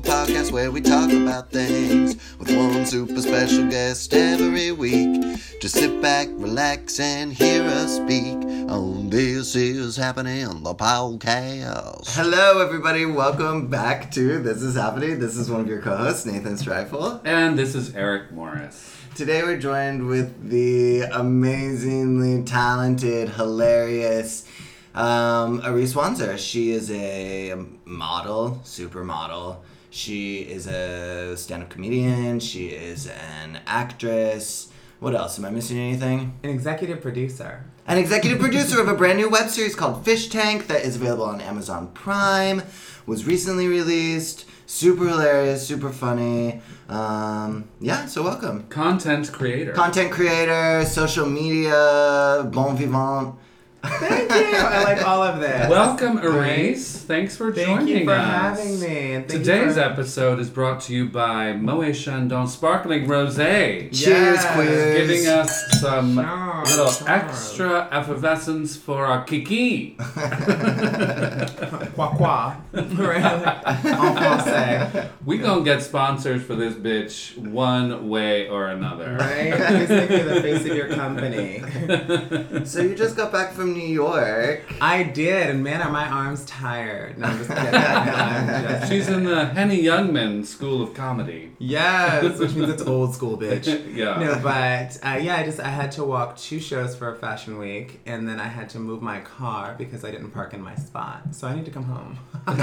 podcast where we talk about things with one super special guest every week. Just sit back, relax, and hear us speak on This Is Happening, the podcast. Hello, everybody. Welcome back to This Is Happening. This is one of your co hosts, Nathan Strifle. And this is Eric Morris. Today we're joined with the amazingly talented, hilarious um, Ari Swanser. She is a model, supermodel. She is a stand-up comedian. She is an actress. What else? Am I missing anything? An executive producer. An executive producer of a brand new web series called Fish Tank that is available on Amazon Prime. Was recently released. Super hilarious, super funny. Um, yeah, so welcome Content creator. content creator, social media, bon vivant. Thank you. I like all of this. Welcome, Right? Erase. Thanks for Thank joining you for us. having me. And thank you Today's for- episode is brought to you by Moet Chandon Sparkling Rosé. Cheers, Yes. queers. Giving us some Charm, little charm. extra effervescence for our kiki. Qua qua. En français. We gonna get sponsors for this bitch one way or another. Right? Please make me the face of your company. so you just got back from New York. I did, and man, are my arms tired. No, I'm just kidding. I'm just- She's in the Henny Youngman School of Comedy. Yes, which means it's old school, bitch. Yeah. No, but uh, yeah, I just I had to walk two shows for a fashion week, and then I had to move my car because I didn't park in my spot. So I need to come home.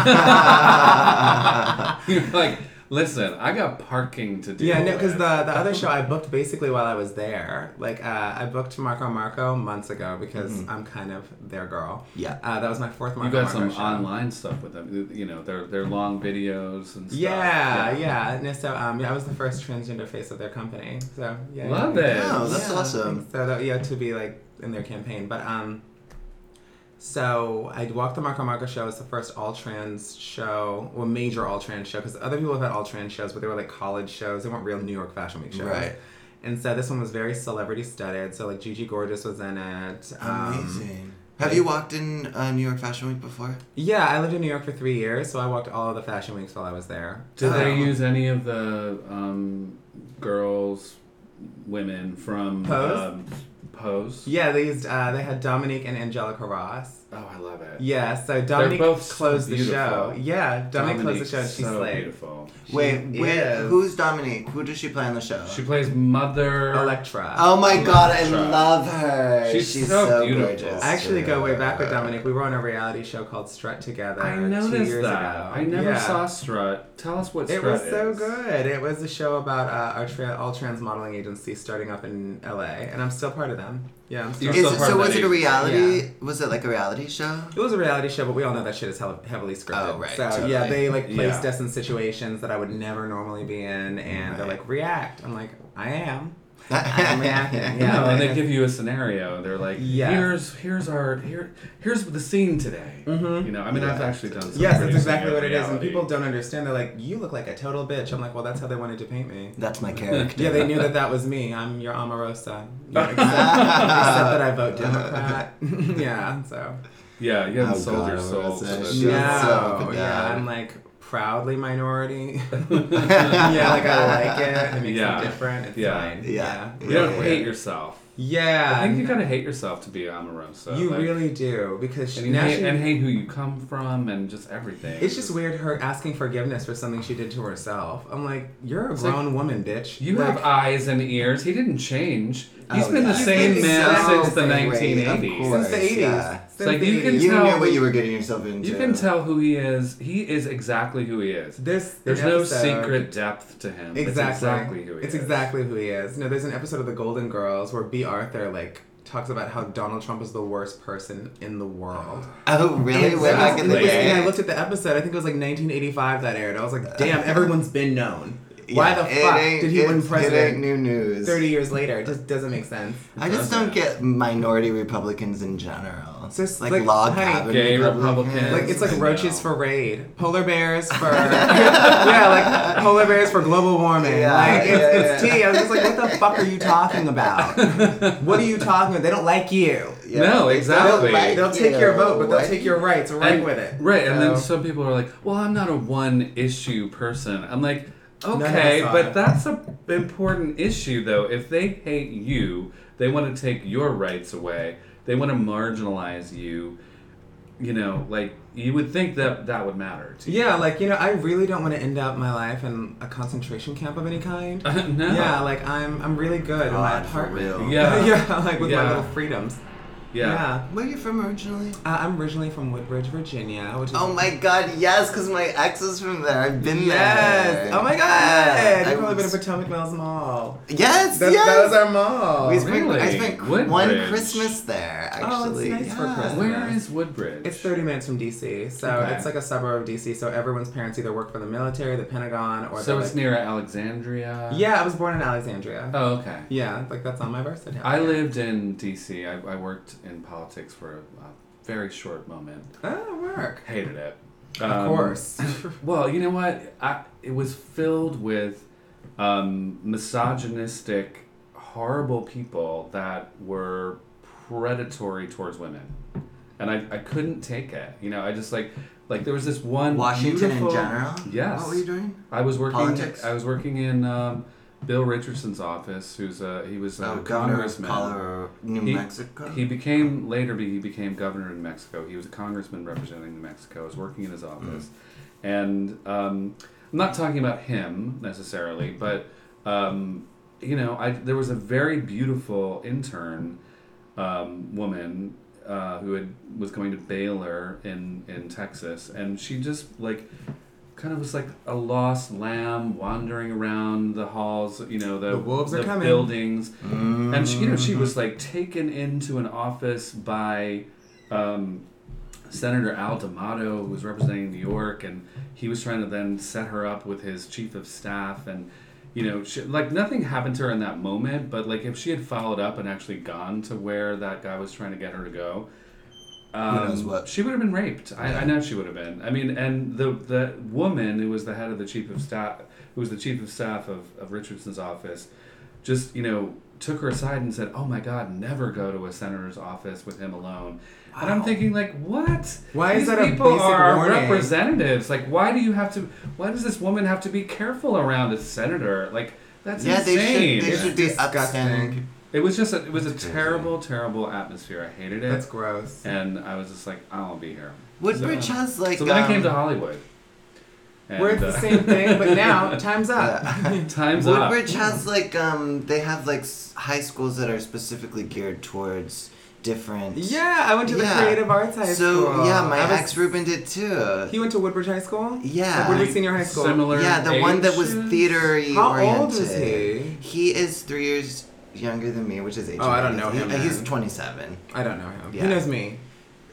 You're like, listen, I got parking to do. Yeah, no, because the, the other show I booked basically while I was there. Like, uh, I booked Marco Marco months ago because I'm kind of their girl. Yeah. Uh, that was my fourth Mm-hmm. You Marco got Marco some show. online stuff with them. You know, they're they're long videos and stuff. Yeah, yeah. And so, um, yeah, I was the first transgender face of their company. So, yeah. Love yeah. it. Oh, that's Yeah, awesome. So, that, yeah, to be like in their campaign. But, um, so I walked the Marco Marco show. It's the first all trans show, well, major all trans show, because other people have had all trans shows, but they were like college shows. They weren't real New York Fashion Week shows. Right. And so this one was very celebrity studded. So like Gigi Gorgeous was in it. Um, Amazing. Have you walked in uh, New York Fashion Week before? Yeah, I lived in New York for three years, so I walked all of the fashion weeks while I was there. Do they Um, use any of the um, girls, women from Pose? Um, Pose? Yeah, they used. Uh, they had Dominique and Angelica Ross. Oh, I love it. Yeah, so Dominique both so closed the beautiful. show. Yeah, Dominique, closed the Dominique's show. and She so slayed. beautiful. Wait, She wait. is. Who's Dominique? Who does she play on the show? She plays mother. Electra. oh my God, I Electra. love her. She's so beautiful. gorgeous. I actually go way back with Dominique. We were on a reality show called Strut Together. I two noticed years that. Ago. I never Yeah. saw Strut. Tell us what It Strut was so is. good. It was a show about uh, our tra- all trans modeling agency starting up in LA, and I'm still part of them. Yeah, I'm still. You're Is still it, part so of was that it a age. reality? Yeah. Was it like a reality show? It was a reality show, but we all know that shit is hell- heavily scripted. Oh, right, So totally. yeah, they like placed Yeah. us in situations that I would never normally be in, and they're Right. like, react. I'm like, I am. I'm reacting. Yeah, no, like, and they give you a scenario. They're like, Yeah. here's here's our here here's the scene today. You know, I mean, I've actually done. Some Mm-hmm. Yes, that's producing exactly of what it is, and reality. people don't understand. They're like, "You look like a total bitch." I'm like, "Well, that's how they wanted to paint me." That's my character. Yeah, they knew that that was me. I'm your Omarosa. Yeah, except, except that I vote Democrat. yeah, so. Yeah, you haven't Oh, sold God, your I soul. was to gonna the- say, shit. Yeah. So No, bad. yeah, I'm like proudly minority. yeah, like I like it. It makes Yeah. me different. It's Yeah. fine. Yeah. Yeah. You don't hate yourself. Yeah. I think you gotta hate yourself to be Omarosa. you like, really do because and, she, you now hate, she- and hate who you come from and just everything. It's just weird her asking forgiveness for something she did to herself. I'm like, you're a like, grown woman, bitch. You Like, have eyes and ears. He didn't change. He's Oh, been yeah. the same He's been man so since the great, of 1980s. course. since the 80s. Yeah. Since It's like the you can 80s. You tell- knew what you were getting yourself into. You can tell who he is. He is exactly who he is. This There's an no episode- secret depth to him. It's Exactly. exactly who he It's is. exactly who he is. No, there's an episode of The Golden Girls where B. Arthur like talks about how Donald Trump is the worst person in the world. Oh, really? And Way so- back in and the it was- day. And I looked at the episode. I think it was like 1985 that aired. I was like, damn, everyone's been known. Why the Yeah, it fuck ain't- did he it- win It ain't president new news. 30 years later? It just doesn't make sense. I just don't get minority Republicans in general. people. So it's like, like, log honey, cabin gay Republicans. Like it's like I know. roaches for raid, polar bears for yeah, like polar bears for global warming. Yeah, like it's, yeah, it's yeah. tea. I was just like, what the fuck are you talking about? what are you talking about? They don't like you. Yeah. No, They- exactly. like They'll take your you. vote, but Why they'll do take your rights right and, with it. Right, and then So- some people are like, "Well, I'm not a one issue person." I'm like, of "Okay, us are." but that's a important issue though. If they hate you, they want to take your rights away. They want to marginalize you. You know, like you would think that that would matter to you. yeah, like you know, I really don't want to end up my life in a concentration camp of any kind. no. Yeah, like I'm I'm really good in my God, for real. apartment. Yeah. yeah, like with my Yeah. little freedoms. Yeah. Where are you from originally? Uh, I'm originally from Woodbridge, Virginia, which is Oh my god, yes, because my ex is from there. I've been there. Yes. Oh my god. Yeah, I You've probably been was- to Potomac Mills Mall. Yes, That, yes. that was our mall. we spent, I really? spent Woodbridge. one Christmas there, Oh, it's actually. nice for Yeah. Christmas. Where is Woodbridge? It's 30 minutes from DC, so Okay. it's like a suburb of DC. So everyone's parents either work for the military, the Pentagon, or So they're, it's uh, like- near Alexandria. Yeah, I was born in Alexandria. Oh, okay. Yeah, like that's on my birth certificate. I lived in D.C. I, I worked in politics for a very short moment. Oh, work. Hated it. Of Um, course. Well, you know what? I, it was filled with um, misogynistic, horrible people that were predatory towards women, and I, I couldn't take it. You know, I just like like there was this one Washington beautiful- in general? Yes. What were you doing? Oh, I was working. Politics? I was working in um, Bill Richardson's office. Who's a he was a Oh, governor of congressman. Colorado, New He- Mexico? He became later. be- He became governor in Mexico. He was a congressman representing New Mexico. I was working in his office, and um, I'm not talking about him necessarily, but um, you know, I there was a very beautiful intern um, woman uh, who had was going to Baylor in in Texas, and she just like. Kind of was like a lost lamb wandering around the halls, you know, the, The wolves are coming. Mm. buildings, and she, you know, she was like taken into an office by um, Senator Al D'Amato, who was representing New York, and he was trying to then set her up with his chief of staff, and you know, she, like nothing happened to her in that moment, but like if she had followed up and actually gone to where that guy was trying to get her to go. Um, knows what? She would have been raped. I, I know she would have been. I mean, and the the woman who was the head of the chief of staff, who was the chief of staff of, of Richardson's office, just you know took her aside and said, "Oh my God, never go to a senator's office with him alone." And I'm thinking, like, what? Why These is that a people basic are our warning? representatives. Like, why do you have to? Why does this woman have to be careful around a senator? Like, that's yeah, they should, insane. they It's- should be disgusting. upstanding. It was just a, it was a terrible, terrible atmosphere. I hated it, That's gross. and I was just like, I won't be here. Woodbridge So, has like. so then I um, came to Hollywood. And, We're at the uh, same thing, but now time's up. Yeah. Times up. Woodbridge has like um they have like s- high schools that are specifically geared towards different. Yeah, I went to the Yeah. Creative Arts High so School. yeah, my I was- ex Ruben did too. He went to Woodbridge High School. Yeah. Like Woodbridge Senior High School. Similar. yeah, the one that was ages? theatery How oriented. old is he? He is three years younger than me, which is age. Oh, I don't know He- him, he's man. twenty seven. I don't know him. Yeah. He knows me.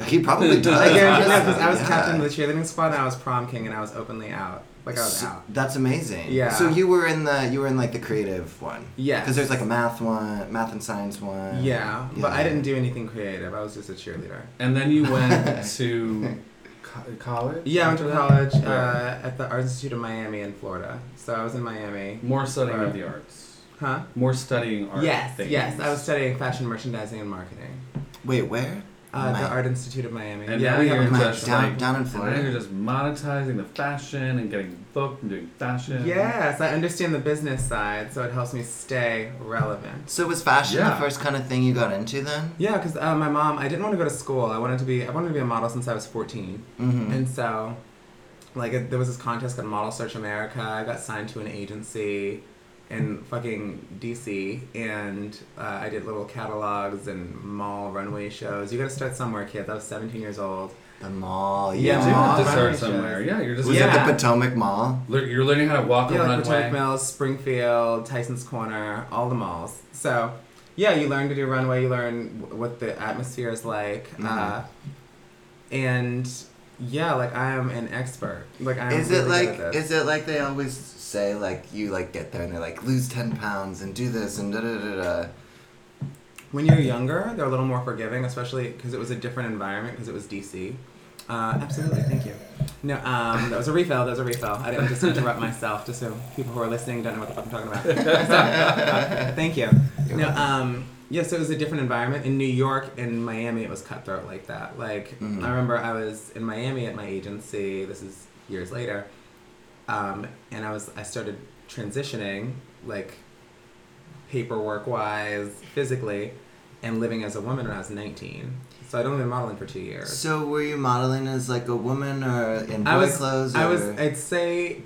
He probably does. I guarantee honestly, that because I was yeah. captain of the cheerleading squad and I was prom king and I was openly out. Like I was So- out. that's amazing. Yeah. So you were in the you were in like the creative one. Yes. Because there's like a math one, math and science one. Yeah, but I Yeah. didn't do anything creative. I was just a cheerleader. And then you went to co- college. Yeah, I went to after that? college Where? uh, at the Art Institute of Miami in Florida. So I was in Miami. More studying Right. of the arts. Huh? More studying art. yes, things. yes. I was studying fashion merchandising and marketing. Wait, where? Uh, My- the Art Institute of Miami. And yeah, now I you're have a- Mike, just down, like- down in And now Florida. you're just monetizing the fashion and getting booked and doing fashion. Yes, I understand the business side, so it helps me stay relevant. So was fashion the Yeah. first kind of thing you got into then? Yeah, because uh, my mom, I didn't want to go to school. I wanted to be, I wanted to be a model since I was 14. Mm-hmm. And so, like, it, there was this contest called Model Search America. I got signed to an agency in fucking DC, and uh, I did little catalogs and mall runway shows. You got to start somewhere, kids. I was 17 years old. the mall. You Yeah, Yeah. do have to Mall start runways. somewhere. Yeah, you're just Was Yeah. it the Potomac Mall? lear- you're learning how to walk a Yeah, like Potomac runway. Mills, Springfield, Tyson's Corner, all the malls. So, yeah, you learn to do runway. You learn w- what the atmosphere is like, uh, and yeah, like I am an expert. Like I'm. is really it good at like this. is it like they always say like you like get there and they're like lose ten pounds and do this and da da da da. when you're younger, they're a little more forgiving, especially because it was a different environment because it was DC. Uh, absolutely, thank you. No, um, that was a refill. That was a refill. I didn't just interrupt myself, just so people who are listening don't know what the fuck I'm talking about. So, uh, thank you. No, um, yes, it was a different environment in New York and Miami. It was cutthroat like that. Like I remember, I was in Miami at my agency. This is years later, um, and I was I started transitioning like paperwork wise, physically, and living as a woman when I was 19. So I'd only been modeling for two years. So were you modeling as like a woman or in boy I was, clothes? Or... I was, I'd say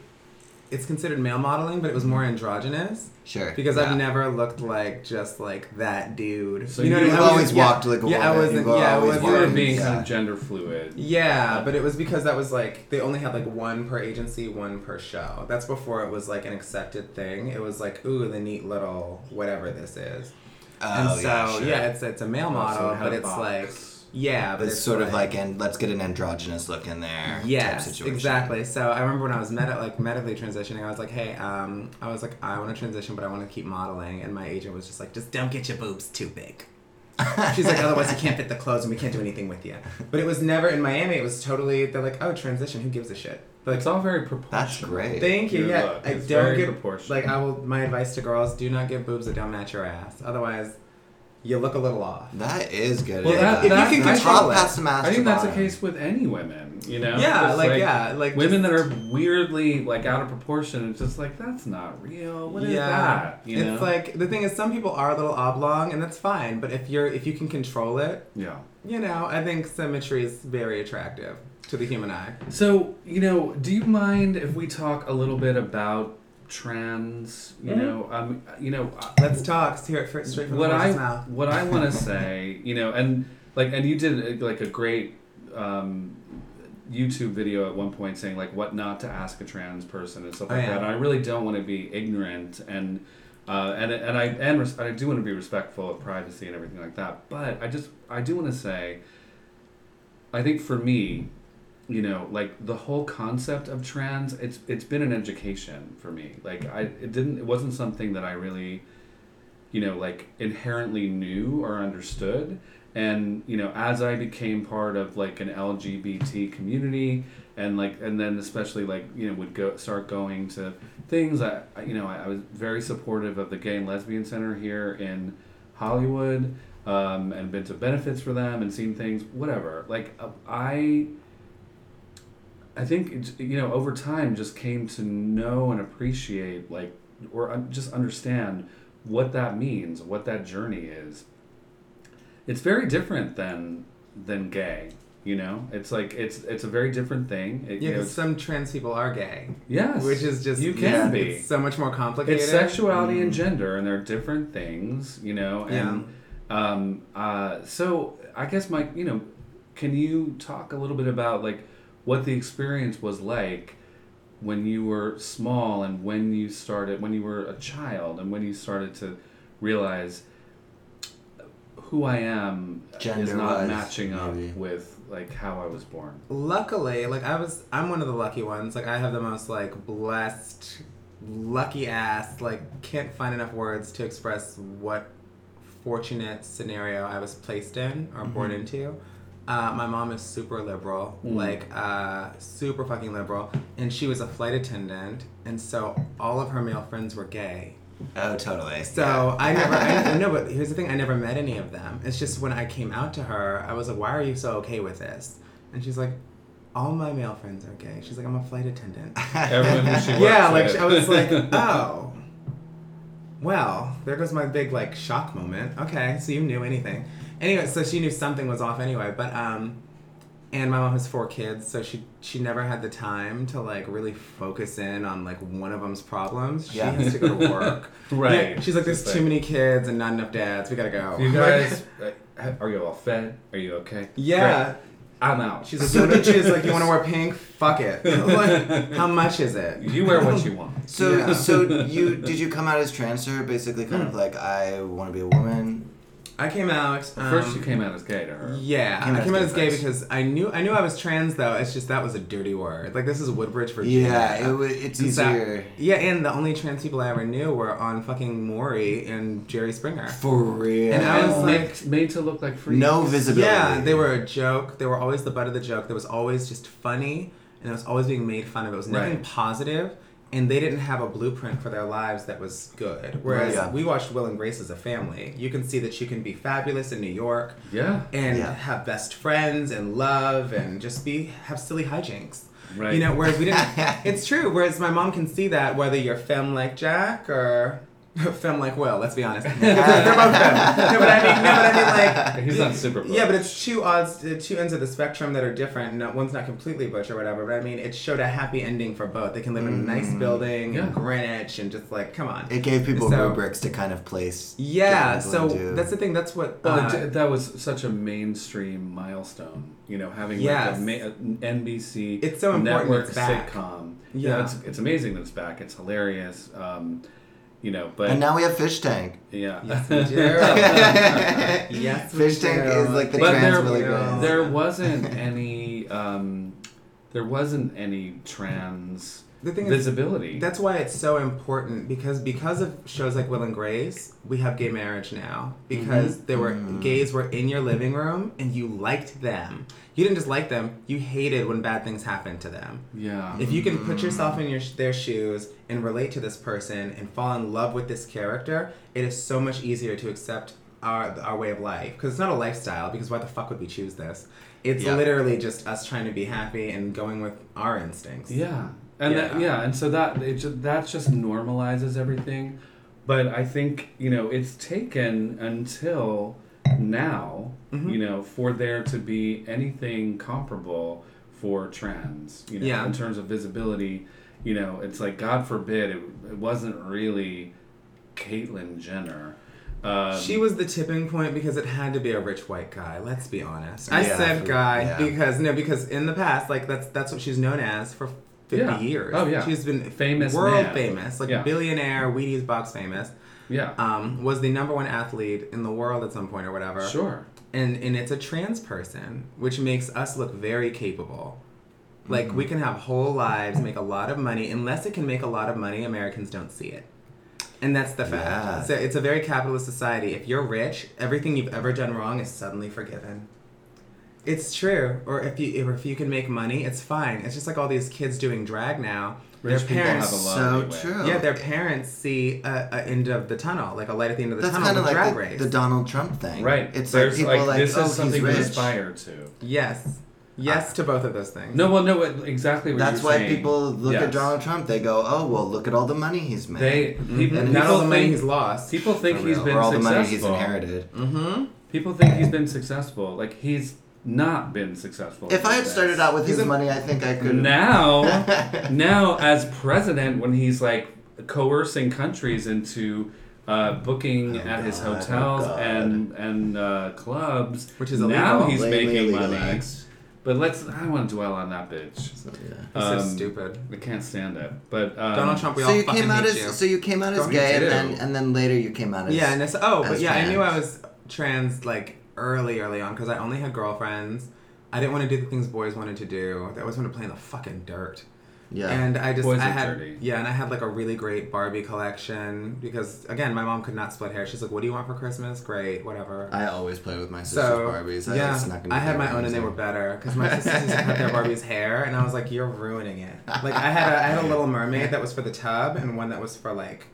it's considered male modeling, but it was more androgynous sure because yeah. I've never looked like just like that dude. So what I you've mean? I always was- yeah, walked like a yeah, I woman. wasn't. You've Yeah, I always wasn't. You were walked- being Yeah. kind of gender fluid. Yeah, but it was because that was like they only had like one per agency, one per show. That's before it was like an accepted thing. It was like, ooh, the neat little whatever this is. Oh, and so yeah, yeah, sure. it's it's a male Oh, so model, it had but a it's box. like yeah, but It's, it's, sort of like and let's get an androgynous look in there. yes, type situation. exactly. So I remember when I was med- like medically transitioning, I was like, hey, um, I was like, I want to transition, but I want to keep modeling, and my agent was just like, just don't get your boobs too big. She's like, otherwise you can't fit the clothes and we can't do anything with you. But it was never in Miami. It was totally they're like, oh, transition. Who gives a shit? They're like, It's all very proportional. That's great. Thank you. Your Yeah, look I is don't very give. proportional. Like I will. My advice to girls: do not give boobs that don't match your ass. Otherwise, you look a little off. That is good. Well, yeah. that- If you that- can I control think it. past the master I think that's the bottom. case with any women, you know? Yeah, Just like, yeah, like women just- that are weirdly like out of proportion. It's just like that's not real. What is that? You know? it's like the thing is, some people are a little oblong, and that's fine. But if you're if you can control it, yeah. you know, I think symmetry is very attractive to the human eye. So you know, do you mind if we talk a little bit about trans? You know, um, you know, I- Mm-hmm. Let's talk. Let's hear it fir- straight from what the I horse's mouth. what I want to say, you know, and like and you did uh, like a great um, YouTube video at one point saying like what not to ask a trans person and stuff Oh, like yeah. that. And I really don't want to be ignorant and uh, and and I and res- I do want to be respectful of privacy and everything like that. But I just I do want to say, I think for me. You know, like the whole concept of trans, it's it's been an education for me. Like I, it didn't, it wasn't something that I really you know, like inherently knew or understood. And you know, as I became part of like an LGBT community, and like, and then especially like you know, would go start going to things. I I- you know, I, I was very supportive of the Gay and Lesbian Center here in Hollywood, um, and been to benefits for them and seen things, whatever. Like uh, I I think it's- you know over time just came to know and appreciate like or un- just understand what that means, what that journey is. It's very different than than gay, you know. It's like it's it's a very different thing. It, Yeah, you know, 'cause some trans people are gay, yes, which is just you can yeah, be. It's so much more complicated. It's sexuality Mm. and gender, and they're different things, you know. And um, uh, so I guess my, you know, can you talk a little bit about like what the experience was like when you were small and when you started when you were a child and when you started to realize who I am is not Gender-wise, matching up maybe. with like how I was born. luckily like i was i'm one of the lucky ones like i have the most like blessed lucky ass like can't find enough words to express what fortunate scenario i was placed in or born into uh, my mom is super liberal like uh, super fucking liberal and she was a flight attendant and so all of her male friends were gay Oh, totally. so I never, I, no, but here's the thing: I never met any of them. It's just when I came out to her, I was like, "Why are you so okay with this?" And she's like, "All my male friends are gay." She's like, "I'm a flight attendant." Everyone who she works yeah, like with. I was like, "Oh, well, there goes my big like shock moment." Okay, so you knew anything? Anyway, so she knew something was off anyway. But um, and my mom has four kids, so she she never had the time to like really focus in on like one of them's problems. Yeah. She has to go to work. Right. Yeah, she's like, there's It's too like- many kids and not enough dads. We gotta go. You Like, guys, uh, are you all fed? Are you okay? yeah. Great. I'm out. She's like, you wanna choose, like, you wanna wear pink? Fuck it. Like, how much is it? you wear what you want. So, Yeah. Hmm. so you did you come out as trans or basically kind of like I want to be a woman? I came out. Um, First, you came out as gay to her. Yeah, Came out I came as out gay as gay first. because I knew I knew I was trans though. It's just that was a dirty word. Like this is Woodbridge, Virginia. Yeah, it, wa- it's And so- easier. yeah, and the only trans people I ever knew were on fucking Maury and Jerry Springer. For real. And I And was made, like- made to look like freaks. no visibility. Yeah, they were a joke. They were always the butt of the joke. They was always just funny, and it was always being made fun of. It was nothing Right. positive, and they didn't have a blueprint for their lives that was good. Whereas Yeah. we watched Will and Grace as a family. You can see that you can be fabulous in New York Yeah. and Yeah. have best friends and love and just be have silly hijinks. Right. You know, whereas we didn't. it's true. Whereas my mom can see that whether you're femme like Jack or femme like Will. Let's be honest. They're both femme. No, but I mean, no, but I mean, like He's not super. yeah, but it's two odds, uh, two ends of the spectrum that are different. No, one's not completely butch or whatever, but I mean, it showed a happy ending for both. They can live in a nice building Yeah. in Greenwich and just like, come on. Mm. It gave people So- rubrics to kind of place. yeah, different people so into. that's the thing. That's what. Well, uh, it- that was such a mainstream milestone. You know, having Yes. like a ma- a NBC It's so important network it's back. sitcom. Yeah. it's it's amazing that it's back. It's hilarious. Um, you know, but And now we have Fish Tank. yeah, Yes, we do. yes, we Fish Tank do. is like the But trans there- Billy yeah. Graham. there wasn't any. Um, there wasn't any trans The thing is- visibility. That's why it's so important because because of shows like Will and Grace, we have gay marriage now because Mm-hmm. there were gays were in your living room and you liked them. You didn't just like them; you hated when bad things happened to them. yeah. If you can put yourself in your their shoes and relate to this person and fall in love with this character, it is so much easier to accept our our way of life because it's not a lifestyle. Because why the fuck would we choose this? It's Yeah. literally just us trying to be happy and going with our instincts. Yeah, and Yeah. That, yeah, and so that it just, that just normalizes everything. But I think you know it's taken until now, Mm-hmm. you know, for there to be anything comparable for trans, you know, Yeah. in terms of visibility. You know, it's like God forbid it, it wasn't really Caitlyn Jenner. Um, She was the tipping point because it had to be a rich white guy. Let's be honest. I Yeah, said for- guy yeah. because no, because in the past, like that's that's what she's known as for fifty Yeah. years. Oh, yeah. she's been Famous world man. famous, like Yeah. billionaire, Wheaties box famous. yeah, Um, was the number one athlete in the world at some point or whatever. Uh, sure. And and it's a trans person, which makes us look very capable. Like we Mm. can have whole lives, make a lot of money. Unless it can make a lot of money, Americans don't see it. And that's the fact. Yeah. So it's a very capitalist society. If you're rich, everything you've ever done wrong is suddenly forgiven. It's true. Or if you or if you can make money, it's fine. It's just like all these kids doing drag now. Rich their people parents have a lot so of leeway. true. yeah, their parents see a, a end of the tunnel, like a light at the end of the That's tunnel. kind of with drag like race. the, the Donald Trump thing. Right. It's like There's people like, this oh, is something he's to rich. aspire to. yes, yes to both of those things. No, well, no, it- exactly what That's you're why saying. people look at Yes. Donald Trump. They go, oh, well, look at all the money he's made. They people, And people not all the think, money he's lost. People think For he's real, been or all successful. the money he's inherited. mm-hmm. People think he's been successful. Like he's not been successful. If I had That's- started out with He's his a- money, I think I could. now, now as president, when he's like coercing countries into uh, booking Oh, at his God, oh, hotels God. and and uh, clubs, Which is now illegal. he's Lately making money. legalized. But let's. I don't want to dwell on that bitch. So, yeah. He's Um, so stupid. I can't stand it. But um, Donald Trump. We so all you fucking came out hate as you. so you came out as Don't gay, do. and then and then later you came out as yeah, and it's oh, but as yeah, I knew I trans. was trans like early, early on because I only had girlfriends. I didn't want to do the things boys wanted to do. I always wanted to play in the fucking dirt. yeah. And I just Boys I are had dirty. yeah, and I had like a really great Barbie collection because again, my mom could not split hair. She's like, "What do you want for Christmas?" Great, whatever. I always play with my sister's so Barbies. I, yeah, it's not gonna I be had very my own and they easy. were better because my sisters used to cut their Barbie's hair, and I was like, "You're ruining it." Like I had a, I had a Little Mermaid that was for the tub and one that was for like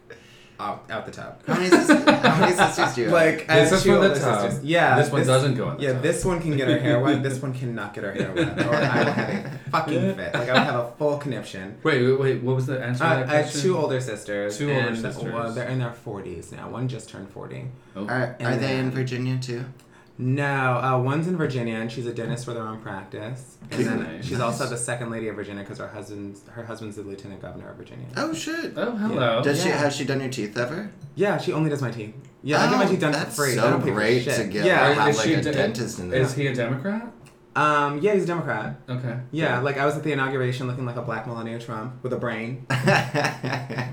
out, out the tub. How many, sisters, how many sisters do you have? Like I This had is two for the older tub. sisters. Yeah, This one doesn't go in the Yeah, tub. this one can get her hair wet. This one cannot get her hair wet, or I will have a fucking fit. Like I would have a full conniption. Wait, wait, wait, what was the answer to Uh, that I have question? two older sisters. Two older and, sisters. Well, they're in their forties now. One just turned forty. Oh. are, are and they in then- Virginia too? No, uh, one's in Virginia, and she's a dentist for their own practice. And then Nice. she's also the second lady of Virginia because her husband's her husband's the lieutenant governor of Virginia. Oh shit! Oh, hello. Does she yeah. has she done your teeth ever? Yeah, she only does my teeth. Yeah, I get my Oh, teeth done that's for free. so I don't pay for great shit. to get, yeah, like, Or have, is she a de- dentist in Is there. he a Democrat? Um, yeah, he's a Democrat. Okay. Yeah, like I was at the inauguration looking like a black Melania Trump with a brain. yeah.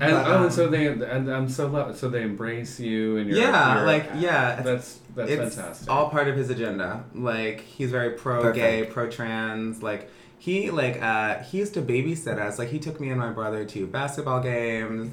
And, But, oh, um, and so they and I'm so lo- so they embrace you and you're yeah, you're- like yeah, it's, that's that's it's fantastic. all part of his agenda. Like he's very pro gay, pro trans. Like he like uh he used to babysit us. Like he took me and my brother to basketball games.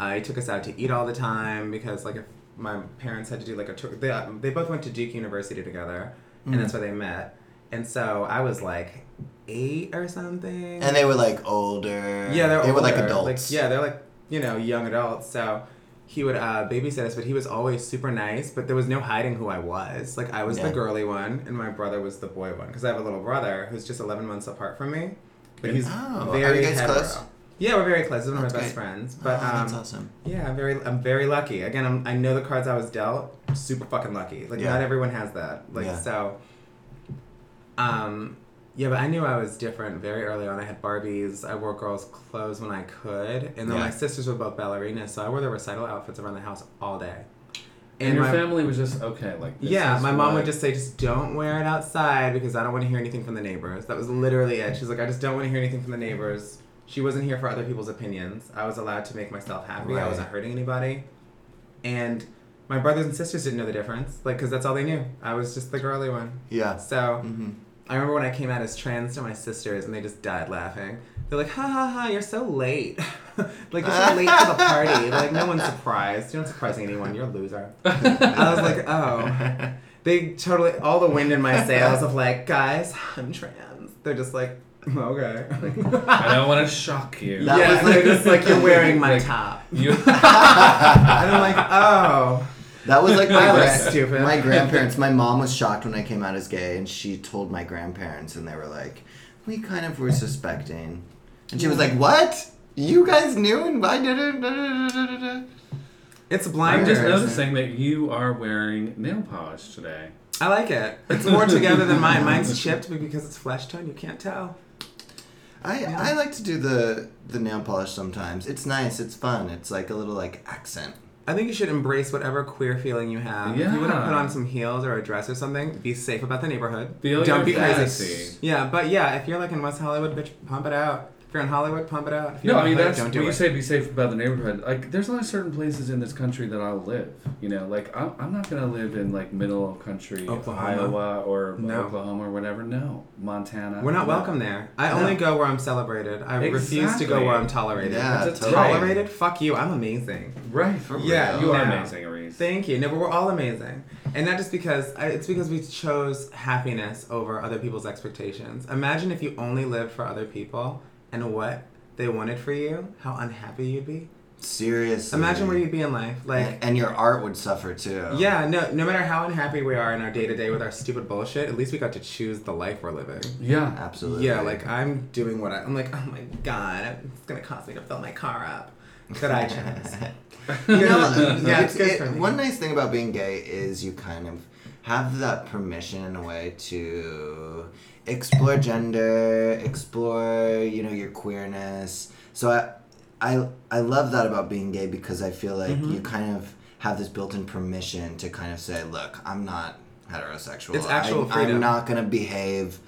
Uh, he took us out to eat all the time because like if my parents had to do like a tour, they uh, they both went to Duke University together, and that's where they met. And so I was like eight or something. And they were like older. Yeah, they're they were like older. adults. yeah, they're like you know young adults. So he would uh, babysit us, but he was always super nice. But there was no hiding who I was. Like I was Yeah. the girly one, and my brother was the boy one because I have a little brother who's just eleven months apart from me. But he's Oh, are you very guys hetero. close? Yeah, we're very close. He's one of my That's best great. friends. But oh, that's um, awesome. yeah, I'm very I'm very lucky. Again, I'm, I know the cards I was dealt. Super fucking lucky. Like Yeah. not everyone has that. Like Yeah. so. Um, yeah, but I knew I was different very early on. I had Barbies. I wore girls' clothes when I could, and then Yeah. my sisters were both ballerinas, so I wore their recital outfits around the house all day. and, your my, family was just okay. Like this Yeah, is my mom would what- just say, "Just don't wear it outside because I don't want to hear anything from the neighbors." That was literally it. She's like, "I just don't want to hear anything from the neighbors." She wasn't here for other people's opinions. I was allowed to make myself happy. Right. I wasn't hurting anybody, and my brothers and sisters didn't know the difference, like because that's all they knew. I was just the girly one. Yeah. So hmm I remember when I came out as trans to my sisters, and they just died laughing. They're like, "Ha ha ha! You're so late. like you're so late to the party. Like no one's surprised. You're not surprising anyone. You're a loser." I was like, oh. They totally, all the wind in my sails of like, guys, I'm trans. They're just like, okay. I don't want to shock you. That yeah, was like- they're just like, you're wearing my Like- top. You And I'm like, oh. That was like my I was grand- stupid. My grandparents. My mom was shocked when I came out as gay, and she told my grandparents, and they were like, "We kind of were suspecting," and she was like, "What? You guys knew, and why didn't?" da, da, da, da, da, da?" It's I'm blinders. just noticing that you are wearing nail polish today. I like it. It's more together than mine. Mine's chipped, but because it's flesh tone, you can't tell. I I like to do the the nail polish sometimes. It's nice. It's fun. It's like a little like accent. I think you should embrace whatever queer feeling you have. If you want to Yeah. put on some heels or a dress or something, be safe about the neighborhood. Feel your Don't be fantasy. crazy. Yeah, but yeah, if you're like in West Hollywood, bitch, pump it out. If you're in Hollywood, pump it out. If you're No, in I mean the hood, that's don't when do you it. say be safe about the neighborhood. Like, there's only certain places in this country that I'll live. You know, like I'm, I'm not gonna live in like middle of country Oklahoma. Iowa or No. Oklahoma or whatever. No, Montana. We're not No. welcome there. I No. only go where I'm celebrated. I refuse to Exactly. go where I'm tolerated. Yeah, That's totally. Tolerated? Fuck you. I'm amazing. Right. For Yeah, real. You are No. amazing, Aries. Thank you. No, but we're all amazing, and not just because I, it's because we chose happiness over other people's expectations. Imagine if you only lived for other people and what they wanted for you, how unhappy you'd be. Seriously. Imagine where you'd be in life. Like, Mm. and, and your art would suffer too. yeah, no, no matter how unhappy we are in our day to day with our stupid bullshit, at least we got to choose the life we're living. Yeah. Absolutely. Yeah, like I'm doing what I, I'm like. Oh my god, it's gonna cost me to fill my car up. That I chose. you know, yeah, it's it's good it- for me. one nice thing about being gay is you kind of have that permission in a way to explore gender, explore you know your queerness. So I, I, I love that about being gay because I feel like Mm-hmm. you kind of have this built-in permission to kind of say, look, I'm not heterosexual. It's actual I, I'm freedom. not gonna behave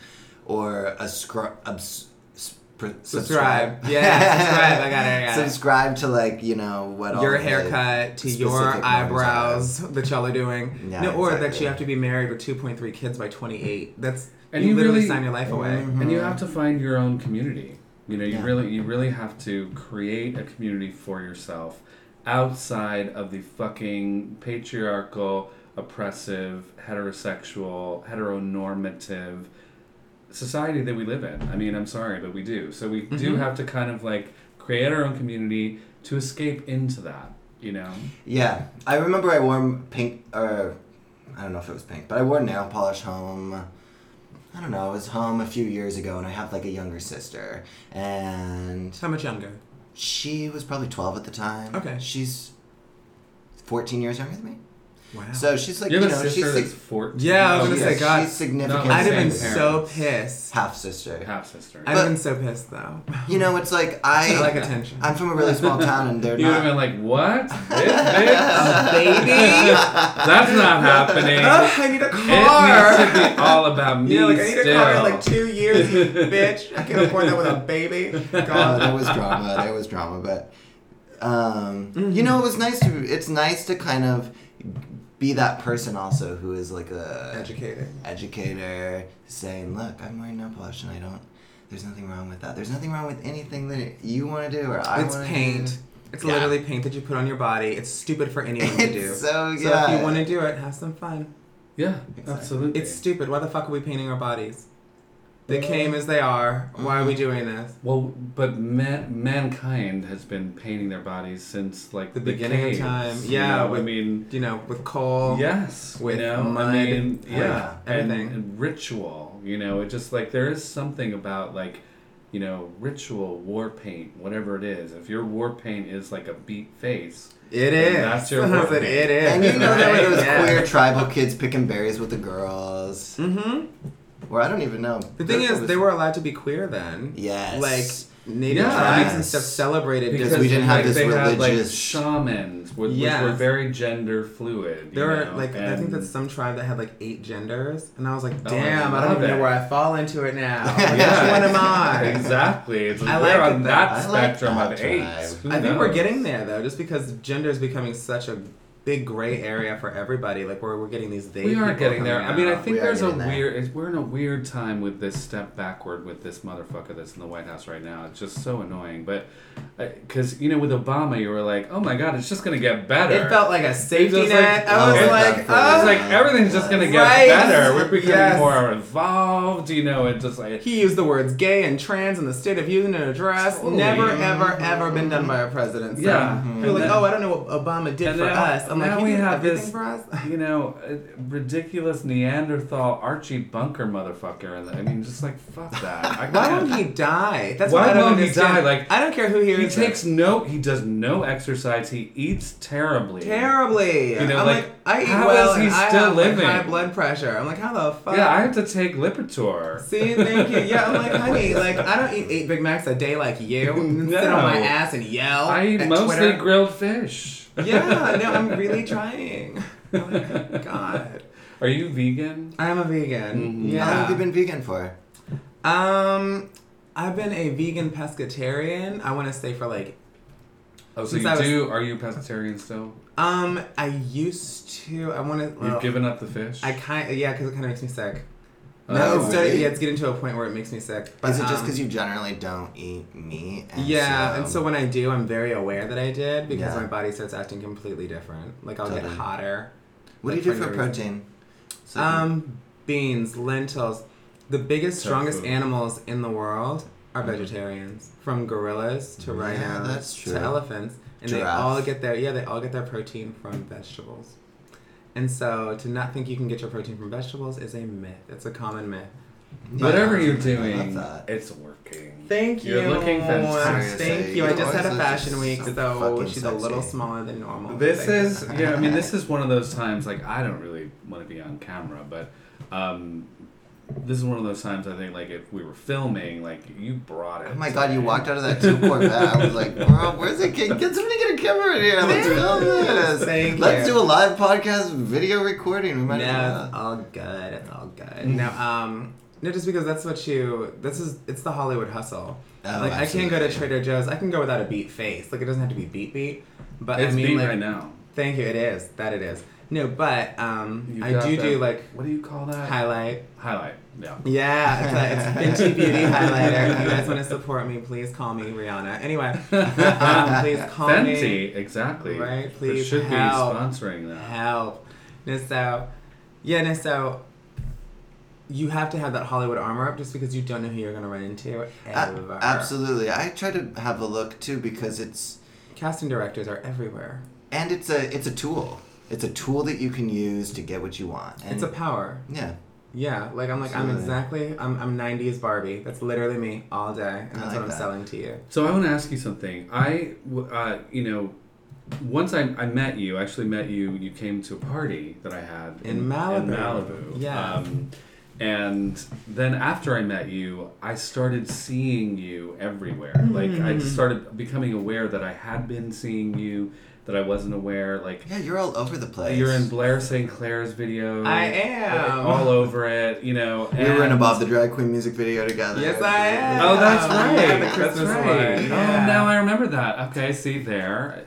or ascri- abs- sp- Subscribe. Yeah, subscribe. I got it, I got it. subscribe to like you know what all your the haircut to specific your norms are. eyebrows that y'all are doing. Yeah, no, or that exactly. you have to be married with 2.3 kids by 28. That's And you, you literally really- sign your life away. Mm. And you have to find your own community. You know, you Yeah. really, you really have to create a community for yourself outside of the fucking patriarchal, oppressive, heterosexual, heteronormative society that we live in. I mean, I'm sorry, but we do. So we Mm-hmm. do have to kind of like create our own community to escape into that. You know, Yeah, I remember I wore pink, or I don't know if it was pink, but I wore nail polish home. I don't know. I was home a few years ago, and I have like a younger sister, and How much younger? she was probably twelve at the time. Okay. she's fourteen years younger than me. Wow. So she's like, you you have a know, sister she's that's sig- 14. Yeah, I was Oh, gonna yes. say, God, she's significantly no, I'd have been same so parents. pissed. half sister. half sister. I'd have been so pissed though. You know, it's like I like I, attention. I'm from a really small town, and they're You would have not. been like, what? This bitch? Baby, That's not happening. Ugh, I need a It needs to be car. all about me Yeah, like I need still. a car in like two years, you bitch. I can't afford that with a baby. Uh, there God. was drama. There was drama, but um, Mm-hmm. you know, it was nice to. It's nice to kind of be that person also who is like a Educated. educator saying, "Look, I'm wearing nail polish, and I don't. There's nothing wrong with that. There's nothing wrong with anything that you want to do or I want It's to paint. It's Yeah. literally paint that you put on your body. It's stupid for anyone to do. It's so, so if yeah. you want to do it, have some fun. Yeah, Exactly. absolutely. It's stupid. Why the fuck are we painting our bodies? They came as they are. Why are Mm-hmm. we doing this? well, but man, mankind has been painting their bodies since like The beginning of caves, time. you Yeah, know? I with- mean, You know, with coal. yes, with you know, mud, I mean, with yeah, and, everything. and ritual. You know, it just like there is something about like, you know, ritual war paint, whatever it is. If your war paint is like a beat face, It And is. that's your I said, work. it is. And you know there were those Yeah. queer tribal kids picking berries with the girls, Mhm. or I don't even know. The thing There is, was- they were allowed to be queer then. yes, Like native Yeah. tribes and Yes. stuff celebrated Because different- we didn't have like, this they religious- had, like, shamans, which, Yes. which were very gender fluid. you There were know, like I think and- Oh, that's some tribe that had like eight genders, and I was like, I damn, I, love don't even it. know where I fall into it now. Like, Yeah. Which one am I? Exactly. It's I we're like on that. that, I like spectrum that of eight. drive. Who I think we're knows? getting there though, just because gender is becoming such a big gray area for everybody. Like we're we're getting these they. We are people getting there. coming I mean, I out. think We are there's a getting there. weird. It's, we're in a weird time with this step backward with this motherfucker that's in the White House right now. It's just so annoying. But because you know, with Obama, you were like, oh my god, it's just gonna get better. it felt like a It safety was net. I was oh, like, it oh, it's like everything's just gonna get Right. better. We're becoming Yes. more involved. You know, it just like He used the words gay and trans in the state of union address. Totally. Never, ever, ever been done by a president. So Yeah. You're And like, then- oh, I don't know what Obama did And for now- us. I'm like, now he we did have everything this- for us. you know, a ridiculous Neanderthal Archie Bunker motherfucker. And I mean, just like fuck that. I Why can't- won't he die? That's Why what I don't won't he understand. die? Like, I don't care who hears He takes no. He does no exercise. He eats terribly. it. terribly. You know, I'm like, like, I eat how well is he and I still have like, high living? blood pressure. I'm like, how the fuck? Yeah, I have to take Lipitor. See, thank you. Yeah, I'm like, honey, like I don't eat eight Big Macs a day like you. And No. Sit on my ass and yell. I eat oh, at mostly Twitter. grilled fish. Yeah, no, I'm really trying. Oh God, Are you vegan? I'm a vegan. Mhm. Yeah. How long have you been vegan for? Um, I've been a vegan pescatarian. I want to say for like, Oh, so Since you I was- do. Are you pescatarian still? um, I used to. I want to. You've given up the fish. I kind yeah, because it kind of makes me sick. Oh, No, No it's started, way. yeah, it's getting to a point where it makes me sick. But, Is it just um, because you generally don't eat meat? And Yeah, so, and so when I do, I'm very aware that I did because Yeah. my body starts acting completely different. Like I'll Totally. get hotter. what do you like, do for for no reason. protein? So- Um, beans, lentils. The biggest, Tofu. strongest animals in the world are vegetarians, from gorillas to Mm-hmm. Yeah, rhinos that's true. to elephants, and they Giraffe. all get their yeah they all get their protein from vegetables. And so to not think you can get your protein from vegetables is a myth. It's a common myth. Whatever Yeah, you're I doing, love that. it's working. Thank you. You're looking fantastic. Thank you. I You're just had a always fashion looking week, so so fucking she's a little sexy. smaller than normal. This Thank you. is yeah. I mean, this is one of those times. Like, I don't really want to be on camera, but um, this is one of those times. I think like if we were filming, like you brought it. Oh my god, you walked out of that two Corvette. I was like, bro, where's the kid? Get somebody get a camera in here. Let's film this. Thank Let's you. do a live podcast video recording. We might No, as it's well. all good. It's all good. No, um, no, just because that's what you. This is it's the Hollywood hustle. Oh, like I can't go to absolutely. Trader Joe's. I can go without a beat face. Like it doesn't have to be beat beat. But It's I mean, beat like, right now. thank you. It is that it is. No, but um, You I got do that- do like What do you call that? highlight. Highlight. Yeah. Yeah, it's, a, it's Fenty Beauty highlighter. If you guys want to support me, please call me Rihanna. Anyway, um, please call me. Fenty, exactly. Right, They please should help. be sponsoring that. help. And so, yeah, and so you have to have that Hollywood armor up just because you don't know who you're going to run into ever. A- absolutely. I try to have a look too because it's Casting directors are everywhere. and it's a it's a tool. It's a tool that you can use to get what you want. And It's a power. yeah. Yeah, like I'm like I'm Mm. Absolutely. exactly I'm I'm 90s Barbie. That's literally me all day, and that's like what I'm that. selling to you. So I want to ask you something. I, w- uh, you know, once I, I met you, I actually met you. You came to a party that I had In Malibu. Malibu. Yeah. Um, and then after I met you, I started seeing you everywhere. Mm-hmm. Like I started becoming aware that I had been seeing you, that I wasn't aware. Like Yeah, you're all over the place. you're in Blair St. Clair's video. I am. like, all over it. You know. We were in and- Above the Drag Queen music video together. Yes, I am. Oh, that's Yeah, right. the That's Christmas right. one, Oh, yeah. now I remember that. Okay, see there,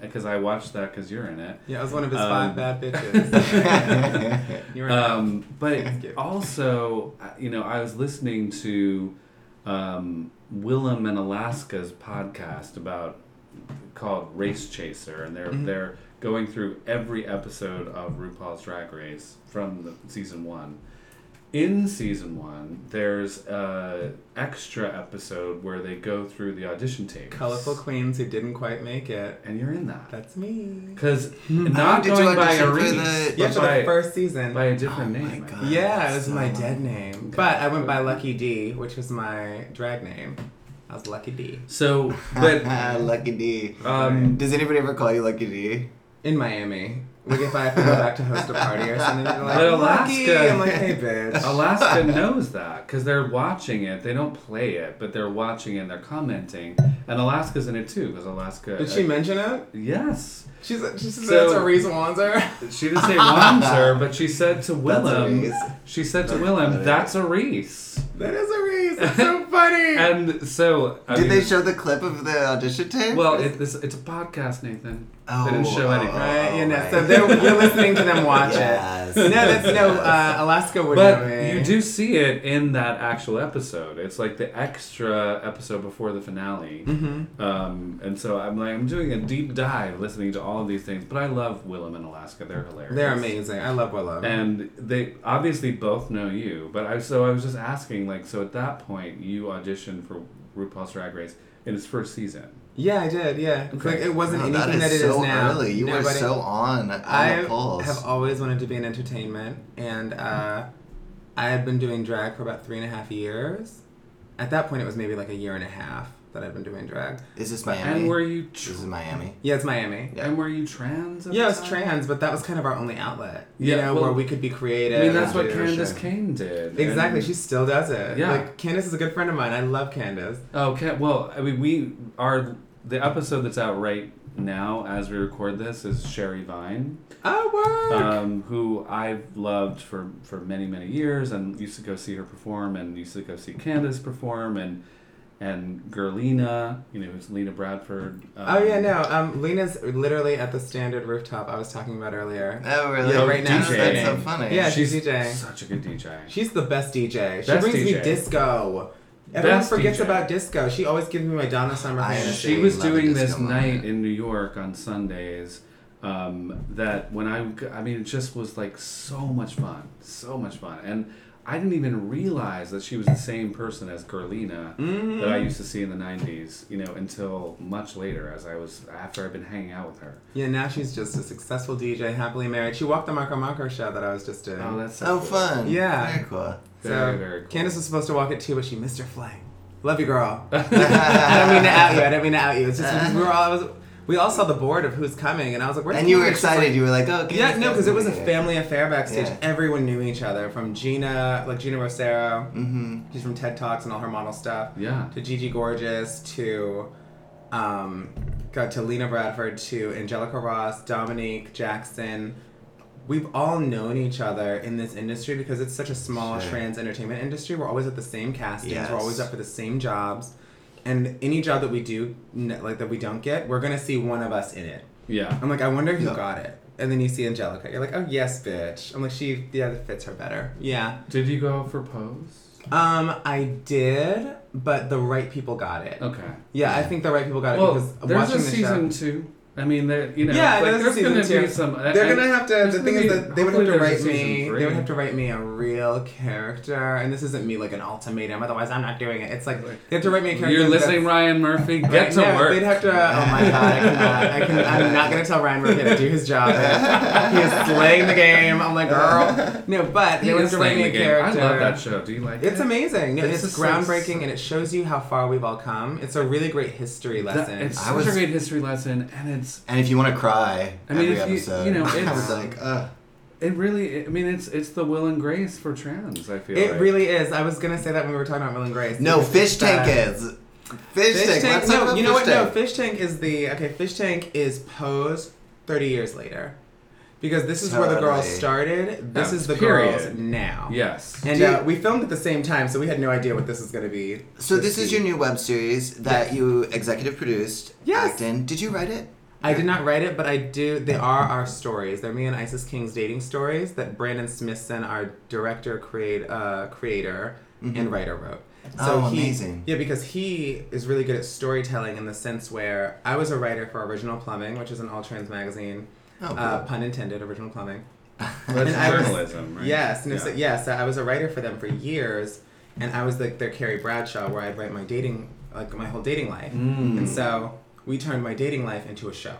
because I watched that because you're in it. Yeah, I was one of his Um, five bad bitches. you were Um, but Thank you. also, I- you know, I was listening to um, Willem and Alaska's podcast about called Race Chaser, and they're they're going through every episode of RuPaul's Drag Race from the season one. In season one, there's a extra episode where they go through the audition tapes. colorful queens who didn't quite make it. and you're in that That's me. because not did you going by audition for Aries, the- but Yeah, for the by, first season. by a different Oh my name. I God. think. yeah, it was my So- dead name, but I went by Lucky D, which was my drag name. I was Lucky D So, but Lucky D. Um, Does anybody ever call you Lucky D? in Miami. Like if I go back to host a party or something, they're like, But Lucky. Alaska- I'm like, hey, bitch. Alaska knows that because they're watching it. They don't play it, but they're watching it and they're commenting. And Alaska's in it too because Alaska. uh, Did she mention it? yes. She's she said So- it's a Reese Wanzer. She didn't say Wanzer, but she said to Willem. Reese. She said to Willem, "That's a Reese." that is a Reese. It's so funny. And so, I Did mean, they show the clip of the audition tape? Well, it, this, it's a podcast, Nathan. Oh, they didn't show oh, anything. Right, Uh, you know, right. so they're, you're listening to them watch Yes. it. No, that's no, uh, Alaska would know But me. you do see it in that actual episode. It's like the extra episode before the finale. Mm-hmm. Um, and so I'm like, I'm doing a deep dive listening to all of these things. But I love Willem and Alaska. They're hilarious. They're amazing. I love Willow. And they obviously both know you. But I so I was just asking, like, so at that point you auditioned for RuPaul's Drag Race in its first season. yeah, I did, yeah. It's Like, it wasn't Wow, anything Oh, that that, is it is so now. early. You were Nobody- so on, on I the pulse. have always wanted to be in entertainment, and uh, I had been doing drag for about three and a half years. At that point, it was maybe like a year and a half that I'd been doing drag. is this Miami? And were you This tr- is Miami. Yeah, it's Miami. Yeah. and were you trans? at Yeah, it the was time? trans, but that was kind of our only outlet, Yeah, you know, well, where we could be creative. I mean, that's and what do- Candace sure. Kane did. Exactly, And- she still does it. Yeah. Like Candace is a good friend of mine. I love Candace. Okay. Well, I mean, we are the episode that's out right now as we record this is Sherry Vine, Oh work. um, who I've loved for for many many years, and used to go see her perform, and used to go see Candace perform, and and Gerlina, you know, who's Lena Bradford. Um, oh yeah, no. Um, Lena's literally at the standard rooftop I was talking about earlier. Oh, really? Yeah, right now. That's- That's so funny. Yeah, she's she's DJ. such a good DJ. She's the best DJ. She Best brings me DJ. disco. Everyone Best forgets DJ. about disco. She always gives me my Donna Summer I- fantasy. she was Love a doing disco this night moment. in New York on Sundays. Um, that when I, g- I mean, it just was like so much fun, so much fun, and I didn't even realize that she was the same person as Gerlina that I used to see in the '90s, you know, until much later, as I was after I've been hanging out with her. yeah, now she's just a successful DJ, happily married. She walked the Marco Marco show that I was just doing. Oh, that's so So cool. fun. Yeah. Very cool. so very, very cool. Candace was supposed to walk it too, but she missed her flight. Love you, girl. I don't mean to out you. I don't mean to out you. It's just because we were all. I was, we all saw the board of who's coming, and I was like, Where's And you were Candace? She's like, excited. You were like, oh, Yeah, Candace no, because it was a Kane. family affair backstage. Yeah. Everyone knew each other, from Gina, like Gina Rosero, she's from TED Talks and all her model stuff, Yeah. to Gigi Gorgeous, to um, got to Lena Bradford, to Angelica Ross, Dominique Jackson. We've all known each other in this industry because it's such a small Sure. trans entertainment industry. We're always at the same castings. We're always Yes. up for the same jobs, and any job that we do, n- like that we don't get, we're gonna see one of us in it. Yeah. I'm like, I wonder who Yeah. got it. And then you see Angelica. You're like, oh yes, bitch. I'm like, she yeah, that fits her better. Yeah. Did you go for pose? Um, I did, but the right people got it. Okay. Yeah, I think the right people got Well, it Uh, because there's watching a the season show. two. I mean, there you know, yeah, like, there's, a gonna season two. be some. I- they're I- gonna have to. there's The thing gonna is be- that they would have hopefully to there's write a me. season They would three. have to write me a real character, and this isn't me like an ultimatum. Otherwise, I'm not doing it. It's like they have to write me a character. You're listening, that's- Ryan Murphy. Get Right, to no, work. They'd have to. Oh my god, I cannot. I can, I'm not gonna tell Ryan Murphy to do his job. He is slaying the game. I'm like, girl. No, but He they were is writing playing a the game. I character. love that show. Do you like it? It's amazing. No, It's it's, just like groundbreaking, so- and it shows you how far we've all come. It's a really great history That- lesson. it's I such was- a great history lesson, and it it's And if you want to cry I mean, every if you- episode, you know, I it's- was like, uh, ugh. it really. I mean, it's it's the will and grace for trans. I feel It like. really is. I was gonna say that when we were talking about Will and Grace. No, Because fish it's tank that- is. Fish, Fish tank. tank. Let's talk no, about you know fish what? tank. No, fish tank is the okay. Fish tank is posed thirty years later, because this is where the girls Totally. started. This Yeah, is the period. girls now. Yes. And Do uh, you- we filmed at the same time, so we had no idea what this was going to be. So this is your new web series that you executive produced. Yes. Act in. Did you write it? I did not write it, but I do. They are our stories. They're me and Isis King's dating stories that Brandon Smithson, our director, create, uh, creator, and writer wrote. Mm-hmm. Oh, he, amazing. Yeah, because he is really good at storytelling in the sense where I was a writer for Original Plumbing, which is an all trans magazine. Oh, cool. Uh, pun intended, Original Plumbing. Well, And I that's was- journalism, right? Yes, and it's like- yes, I was a writer for them for years, and I was like their Carrie Bradshaw, where I'd write my dating, like my whole dating life, Mm. Mm. and so we turned my dating life into a show.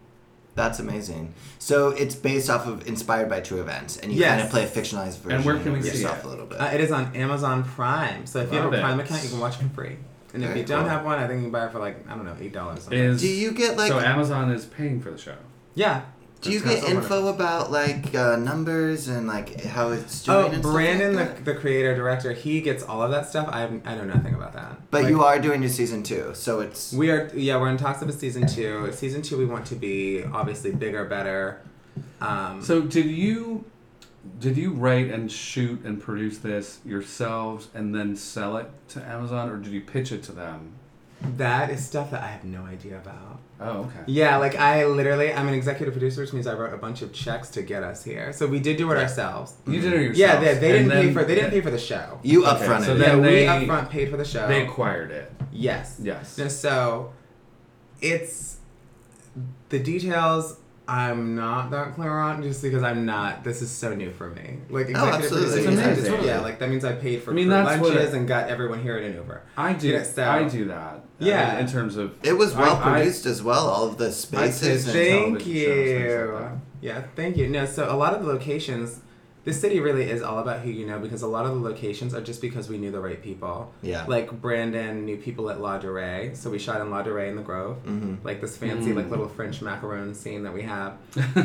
That's amazing. So it's based off of inspired by true events, and you Yes. kind of play a fictionalized version And where can we of see yourself it? a little bit. Uh, it is on Amazon Prime, so if you have Love a Prime it. account, you can watch it for free. And if Very you don't cool. have one, I think you can buy it for like I don't know eight dollars. Is do you get like? so Amazon is paying for the show? Yeah. do you That's get kinda so info about like uh, numbers and like how it's doing? wonderful. and Oh, stuff Brandon, like that? the, the creator director, he gets all of that stuff. I I know nothing about that. But Like, you are doing your season two, so it's We are yeah we're in talks of a season two. Season two we want to be obviously bigger, better. Um, So did you did you write and shoot and produce this yourselves and then sell it to Amazon or did you pitch it to them? That is stuff that I have no idea about. Oh, okay. Yeah, like I literally, I'm an executive producer, which means I wrote a bunch of checks to get us here. So we did do it ourselves. You did it yourself. Yeah, they, they didn't pay for they didn't pay for the show. you Okay, upfronted. so it. then- yeah, we they- upfront paid for the show. They acquired it. yes. Yes. No, so it's the details. I'm not that clear on just because I'm not. This is so new for me. Like executive absolutely. Oh, It's producing means I just- amazing. yeah, like that means I paid for I mean, crew that's what lunches it- and got everyone here at an Uber. I do. Yeah, so- I do that. Yeah. I mean, in terms of it was well I- I- produced as well. All of the spaces. and- pitched it. Thank television shows, things you. like that. yeah, thank you. No, so a lot of the locations, this city really is all about who you know because a lot of the locations are just because we knew the right people. Yeah. Like Brandon knew people at La Duray, so we shot in La Duray in the Grove, Mm-hmm. like this fancy like Mm. little French macaron scene that we have,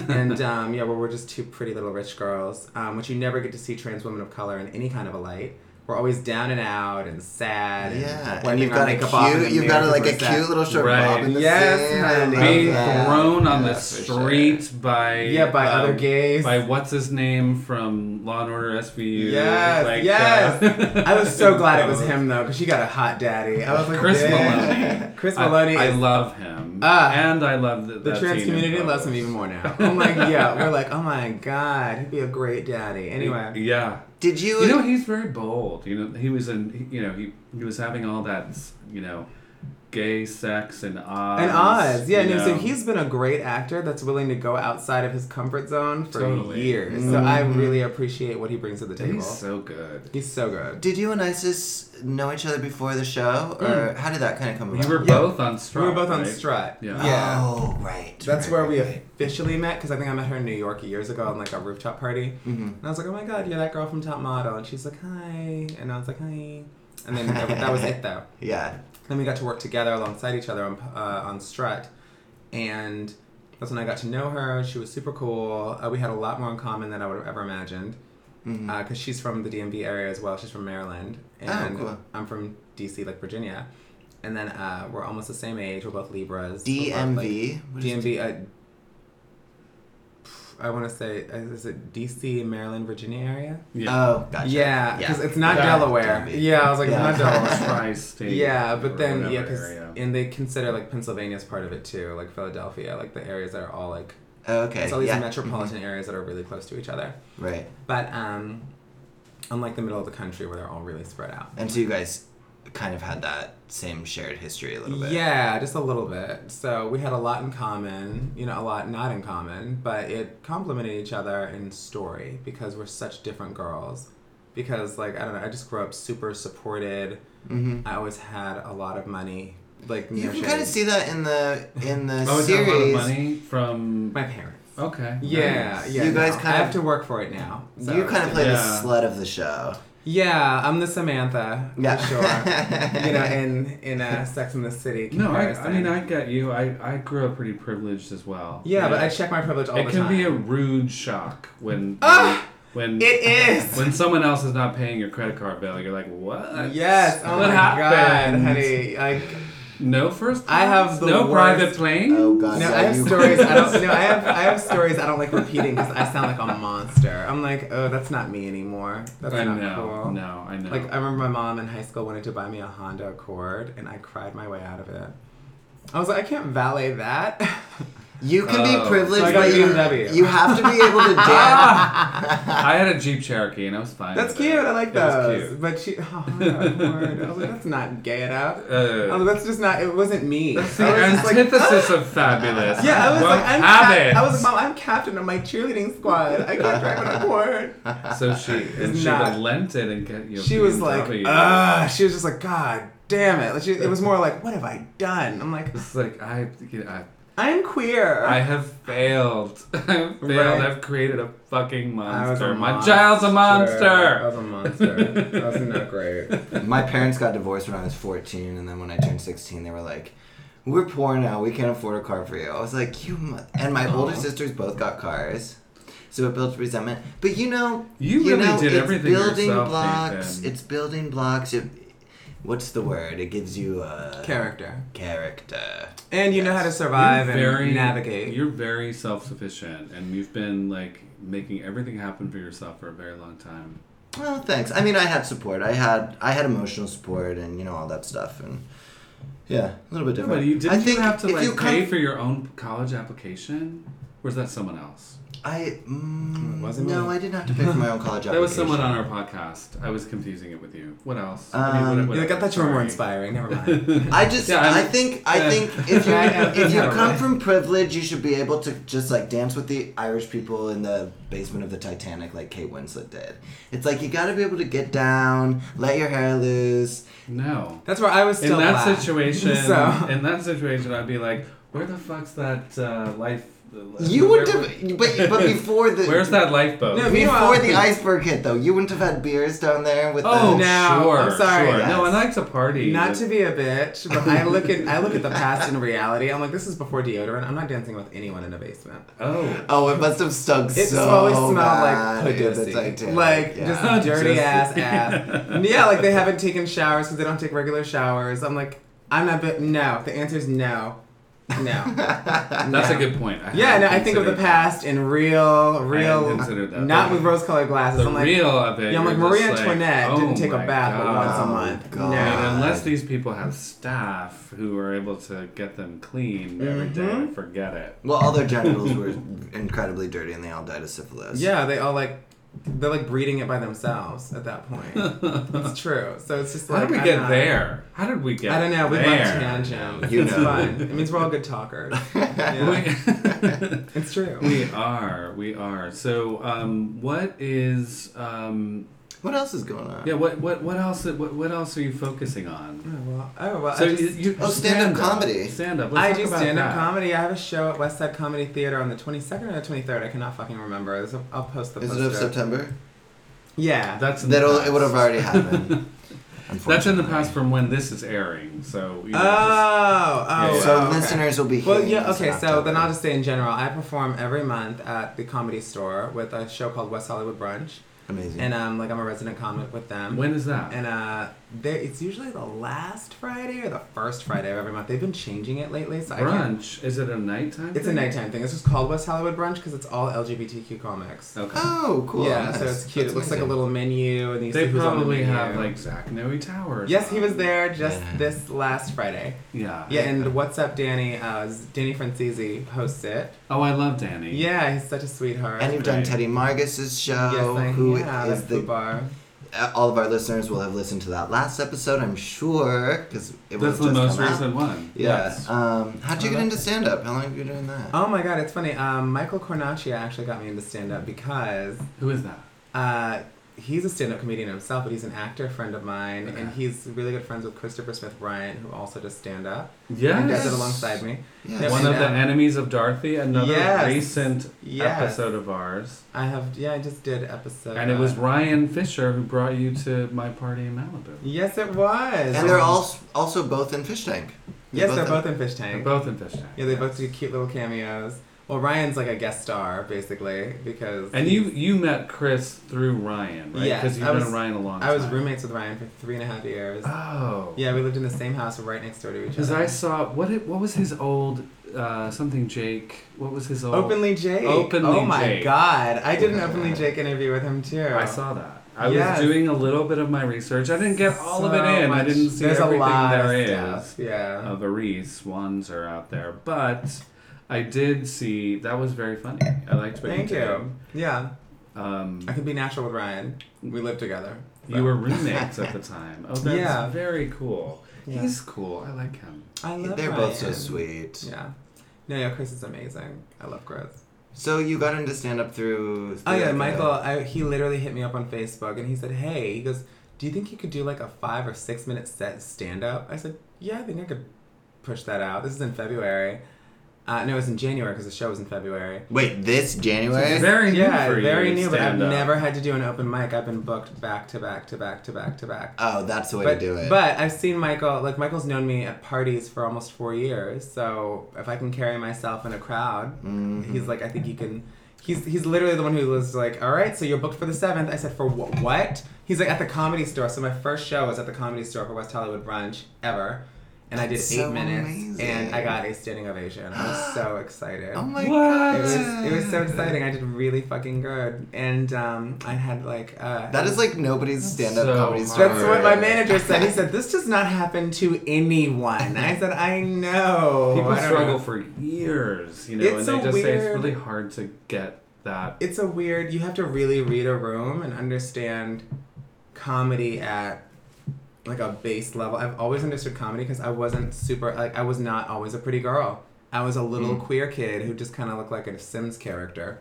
and um, yeah, where we're just two pretty little rich girls, um, which you never get to see trans women of color in any kind of a light. We're always down and out and sad. yeah, and, and wiping you've our got a makeup off in the cute, you've got a, mirror like a before set. cute little short Right. bob in the Yes, sand. I honey. love being that. thrown on the Yeah, for sure. street by Yeah, by um, other gays. by what's his name from Law and Order SVU. Yes, like, yes. uh, I was so glad it was those. him though, because she got a hot daddy. I was like, Chris "Dang." Maloney. Chris I- Maloney. I, is- love him. Ah. and I love that the that trans scene in community Pose. loves him even more now. I'm like, yeah, we're like, oh my god, he'd be a great daddy. Anyway, Yeah. Did you? You know he's very bold. You know he was in. he- You know he he was having all that. You know, gay sex and Oz. and Oz, yeah, you no, so know. he's been a great actor that's willing to go outside of his comfort zone for Totally. Mm-hmm. years. So I really appreciate what he brings to the table. he's so good. He's so good. Did you and Isis know each other before the show, or how did that kind of come about? You were Yeah. both on We Strut. were Hmm. both on right? Strut. Yeah. yeah. Oh, right. That's right, where right, we right. officially met because I think I met her in New York years ago on like a rooftop party, Mm-hmm. and I was like, "Oh my god, you're that girl from Top Model," and she's like, "Hi," and I was like, "Hi," and then that, that was it though. Yeah. Then we got to work together alongside each other on uh, on Strut, and that's when I got to know her. She was super cool. Uh, we had a lot more in common than I would have ever imagined because Mm-hmm. Mm. she's from the DMV area as well. She's from Maryland, and Oh, cool. I'm from DC, like Virginia. And then uh, we're almost the same age. We're both Libras. We're both, like, DMV. What is- DMV. Uh, I want to say, uh, is it DC, Maryland, Virginia area? Yeah. Oh, gotcha. Yeah, because it's not That Delaware. DMV. Yeah, I was like, Yeah. it's not Delaware. Tri-state. yeah, but or then yeah, whatever 'cause- area. and they consider like Pennsylvania's part of it too, like Philadelphia, like the areas that are all like Okay. it's all these Eh, yeah. Mm-hmm. metropolitan areas that are really close to each other. Right. But um, unlike the middle of the country where they're all really spread out. And so you guys kind of had that same shared history a little bit. Yeah, just a little bit. So we had a lot in common, you know, a lot not in common, but it complemented each other in story because we're such different girls. Because, like, I don't know, I just grew up super supported. Mm-hmm. I always had a lot of money. Like, You no can shade. kind of see that in the in the Oh, is that series. a lot of money from. my parents. Okay. Yeah, nice. yeah. You guys no, kind I of- have to work for it now. so you kind of it's play the Yeah. slut of the show. Yeah, I'm the Samantha. Yeah. for sure. you know, in in uh, Sex in the City. No, I, I comparison. mean I get you. I, I grew up pretty privileged as well. Yeah, but You know, I check my privilege all it the can time. be a rude shock when Ah! when It is. when someone else is not paying your credit card bill. You're like, what? Yes. Oh What my happened? god, honey. Like No first. I have class? the no worst- private plane. Oh god. no, yeah, I have you- stories. I don't. No, I have. I have stories. I don't like repeating because I sound like a monster. I'm like, oh, that's not me anymore. That's I not know. cool. No, I know. Like I remember my mom in high school wanted to buy me a Honda Accord, and I cried my way out of it. I was like, I can't valet that. You can Oh, be privileged, so I got but BMW. you, you have to be able to dance. Ah! I had a Jeep Cherokee and I was fine. that's with it. cute. I like It was those. cute. But she, oh, Honda Accord. I was like, that's not gay enough. I Uh, was like, that's just not. It wasn't me. that's the Oh, I was just like, "Ah!" antithesis of fabulous. Yeah, I was Well, like, I'm have cap- it. I was like, Mom, I'm captain of my cheerleading squad. I can't drive on a board. so she and she not- relented and got you. a She was BMW. like, ah. She was just like, God damn it. Like, she, it was more like, what have I done? I'm like, It's like I, you know, I I'm queer. I have failed. I've failed. Right. I've created a fucking I was monster. a My child's a I monster. was a monster. That was not great. My parents got divorced when I was 14, and then when I turned 16, they were like, "We're poor now. We can't afford a car for you." I was like, "You." Mu-. And my older sisters both got cars, so it built resentment. But you know, You really know, did it's everything building yourself, blocks. Nathan. It's building blocks. It, what's the word? It gives you a Character. character. And you know Yes. how to survive You're and navigate. You're very self sufficient, and you've been like making everything happen for yourself for a very long time. Well, thanks. I mean, I had support. I had I had emotional support, and you know all that stuff, and yeah, a little bit Yeah, different. but you I didn't think you have to if like you come- pay for your own college application, or is that someone else? I mm, It wasn't no, me. I didn't have to pay for my own college application. That was someone on our podcast. I was confusing it with you. What else? Um, You're like, I thought you were more sorry. inspiring. Never mind. I just, Yeah, I'm- I think, I yeah. think if you Yeah, if you yeah. come from privilege, you should be able to just like dance with the Irish people in the basement of the Titanic, like Kate Winslet did. It's like you got to be able to get down, let your hair loose. No. That's where I was in still that black. situation, So- in that situation, I'd be like, "Where the fuck's that uh, life?" the- You where- would have, but but before the Where's that lifeboat? No, before Meanwhile- the iceberg hit though, you wouldn't have had beers down there with the oh, no, sure, I'm sorry. sure. Yes. No, I like to party. Not to be a bitch, but I look at I look at the past in reality. I'm like, this is before deodorant. I'm not dancing with anyone in a basement. Oh, Oh, it must have stunk It so always smelled bad like in the pussy. Titanic, Like yeah. just dirty Pussy. ass ass. yeah, like they haven't taken showers because they don't take regular showers. I'm like, I'm not. Bi- no, the answer is no, no. that's No. a good point. I Yeah, hadn't no. I think of the considered past in real, real, considered that. not The- with rose-colored that. glasses. The I'm like, real of it. yeah, I'm like you're Maria just Antoinette oh didn't take a my bath but God. once a Oh, month. God. I mean, No. unless these people have staff who are able to get them clean every Mm-hmm. day, forget it. Well, all their genitals were incredibly dirty, and they all died of syphilis. Yeah, they all like they're like breeding it by themselves at that point. it's true. So it's just How like did we I'm get not- there? How did we get? I don't know. We there? love tangents. You it's know. fun. It means we're all good talkers. Yeah. We- it's true. We are, we are. So, um, what is, um, What else is going on? yeah, what, what, what else, what, what else are you focusing on? Oh, well, oh, well So I, just, you, you Oh, stand-up comedy. stand up. I do stand up comedy. I have a show at West Side Comedy Theater on the 22nd or the 23rd. I cannot fucking remember. There's a- I'll post the Is it poster. of September? Yeah. That's in That'll. the past. It would have already happened. That's in the unfortunately. past from when this is airing. So you know, oh, oh. Yeah. So oh, okay. listeners will be. Well, hearing yeah, this in okay, so then October. I'll just say in general, I perform every month at the comedy store with a show called West Hollywood Brunch. Amazing. And um, like I'm a resident comic with them. just- when is that? and uh, they, it's usually the last Friday or the first Friday of every month. They've been changing it lately, so I can't. Brunch? Is it a nighttime? It's a thing? nighttime thing. It's just called West Hollywood Brunch because it's all LGBTQ comics. Okay. oh, cool. yeah, nice. so it's cute. That's it looks like a amazing. little menu, and you they see who's on the probably menu. have like Zach Noe Towers. Yes, he was there just Yeah. this last Friday. Yeah. Yeah, and What's Up, Danny? Uh, Danny Francese hosts it. Oh, I love Danny. Yeah, he's such a sweetheart. And you've done Right. Teddy Margus's yes, show, I who is yeah, that's the bar. uh, all of our listeners will have listened to that last episode, I'm sure, because it was That's just the most come out. recent one. Yeah. Yes. Um, how'd you I get love into it. stand up? How long have you been doing that? Oh my god, it's funny. Um, Michael Cornacchia actually got me into stand up because Who is that? uh, he's a stand-up comedian himself, but he's an actor friend of mine, and he's really good friends with Christopher Smith Bryant, who also does stand-up. And does it Yes. alongside me. Yes. Yeah, One and, of the um, enemies of Dorothy, another Yes. recent Yes. episode of ours. I have yeah, I just did episode. And it was uh, Ryan Fisher who brought you to my party in Malibu. Yes, it was. And they're all also both in Fish Tank. Yes, they're in- both in Fish They're Tank. both in Fish Tank. Yeah, they both do cute little cameos. Well, Ryan's like a guest star basically because And you you met Chris through Ryan, right? Yes, Because you've I known was- Ryan a long time. I was roommates with Ryan for three and a half years. Oh. Yeah, we lived in the same house right next door to each Because other. I saw what it, what was his old uh, something Jake. What was his old? Openly Jake. Openly oh my Jake. god. I did an Openly Jake interview with him too. I saw that. I Yes. was doing a little bit of my research. I didn't get all of So it in. I much- didn't see There's everything a lot there of is. stuff. Yeah. of Aries ones are out there, but I did see that was very funny. I liked what Thank you did. you. Yeah. Um, I can be natural with Ryan. We live together. you were roommates at the time. Oh, that's Yeah. very cool. Yeah. He's cool. I like him. I love They're both so Ryan. sweet. Yeah. No, yeah, Chris is amazing. I love Chris. So you got into stand up through. Oh through, yeah, like, a- Michael. uh, I, he literally hit me up on Facebook and he said, "Hey," he goes, "Do you think you could do like a five or six minute set stand up?" I said, "Yeah, I think I could push that out." This is in February. Uh, no, it was in January because the show was in February. Wait, this January? It's very yeah, new for you. very new, but I've stand-up. never had to do an open mic. I've been booked back to back to back to back to back. oh, that's the way but, to do it. but I've seen Michael. Like Michael's known me at parties for almost four years. So if I can carry myself in a crowd, Mhm. he's like, I think you can. He's he's literally the one who was like, all right, so you're booked for the seventh. I said for wh- what? He's like at the comedy store. So my first show was at the comedy store for West Hollywood brunch ever, and I did That's eight so minutes, amazing. and I got a standing ovation. I was so excited. oh my What? god. It was, it was so exciting. I did really fucking good, and um, I had like uh, That is like nobody's stand up so comedy hard. store. that's what my manager said. He said, This does not happen to anyone. I said, I know. People I don't struggle know." for years, you know, It's and so they just say it's weird. really hard to get that. It's a weird, you have to really read a room and understand comedy at like a base level. I've always understood comedy because I wasn't super, like, I was not always a pretty girl. I was a Mm. little queer kid who just kind of looked like a Sims character.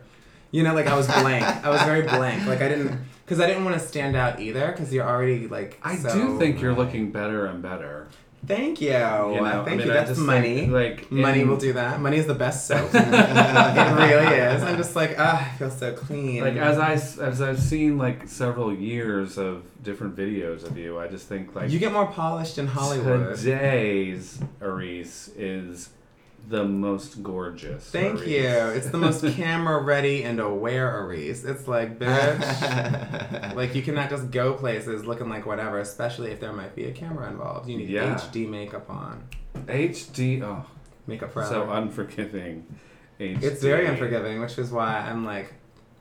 You know, like I was blank. I was very blank. Like I didn't, because I didn't want to stand out either. Because you're already like. I so- do think you're looking better and better. Thank you. You know, Thank I mean, you. I That's just money. think, like in- Money will do that. Money is the best soap. it really is. I'm just like, ah, I feel so clean. like as I s- as I've seen like several years of different videos of you, I just think like you get more polished in Hollywood. today's Aris is the most gorgeous. Thank Aris. you. It's the most camera ready and aware Aries. It's like, bitch. Like you cannot just go places looking like whatever, especially if there might be a camera involved. You need Yeah. HD makeup on, HD. Oh, makeup forever. so uh, unforgiving. HD. it's very unforgiving, which is why I'm like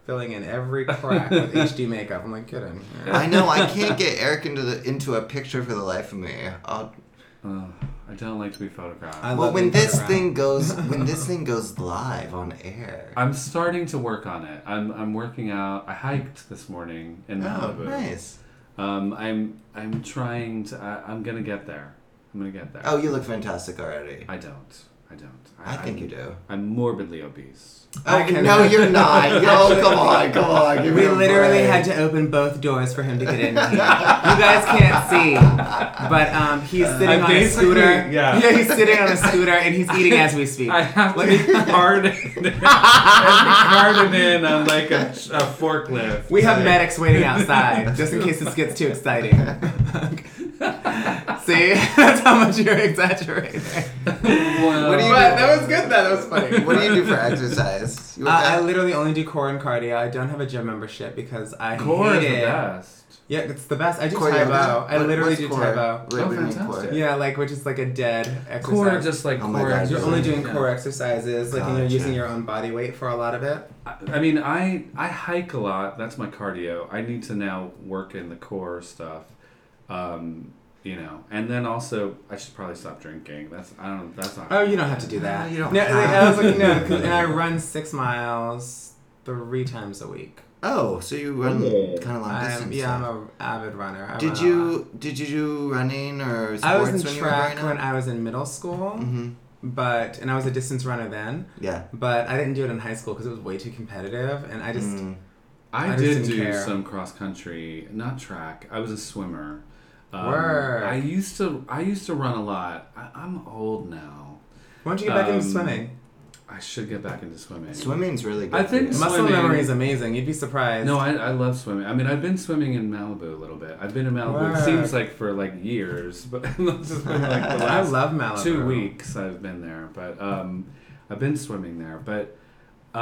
filling in every crack with HD makeup. I'm like, get in here. I know, I can't get Eric into the into a picture for the life of me. I'll, Ugh, I don't like to be photographed. I I'm, well, love when being this photographed. thing goes when this thing goes live on air. starting to work on it. I'm I'm working out. I hiked this morning in Oh, Malibu. nice. Um, I'm I'm trying to. I, I'm gonna get there. I'm gonna get there. Oh, you look fantastic already. I don't. I don't. I think you I'm- do. I'm morbidly obese. Oh, I can- no, you're not. Oh, come on, come on. Give me We a literally break. had to open both doors for him to get in here. You guys can't see, but um, he's sitting I on a basically- scooter. yeah. he's sitting on a scooter and he's eating as we speak. I have to be carted in. I have to be carted in on like a, a forklift. We have Like, medics waiting outside just in case this gets too exciting. see, that's how much you're exaggerating. Wow. What do you- But that was good. though. That was funny. What do you do for exercise? You Uh, work out? I literally only do core and cardio. I don't have a gym membership because I Core is hate the it. best. Yeah, it's the best. I do Core Tai yoga? Bo. I What- literally what's do core? Tai Wait, Bo. Oh, what do you mean fantastic. core? Yeah, like which is like a dead exercise. Core just like Oh my core. God, exercise. You're only doing Yeah. core exercises, like and you're Gotcha. using your own body weight for a lot of it. I I mean, I I hike a lot. That's my cardio. I need to now work in the core stuff. Um, you know, and then also I should probably stop drinking. That's I don't. That's not. Oh, you don't have to do that. No, you don't No, have like, I was like, to. no, 'cause- and I run six miles three times a week. Oh, so you run Yeah. kind of long I'm, distance. yeah, I'm then. a avid runner. I did run a lot. you did you do running or sports I was when in you were growing track up? when I was in middle school, Mhm. but and I was a distance runner then, Yeah. but I didn't do it in high school because it was way too competitive, and I just Mm. I, I just did didn't do care. some cross country, not track. I was a swimmer. Um, Word. I used to. I used to run a lot. I, I'm old now. Why don't you get back into Um, swimming? I should get back into swimming. Swimming's really good. I for think you. so. Muscle swimming- memory is amazing. You'd be surprised. No, I, I love swimming. I mean, I've been swimming in Malibu a little bit. I've been in Malibu. It Word. seems like for like years, but it's just been like the I last love Malibu. two weeks I've been there, but um, I've been swimming there. But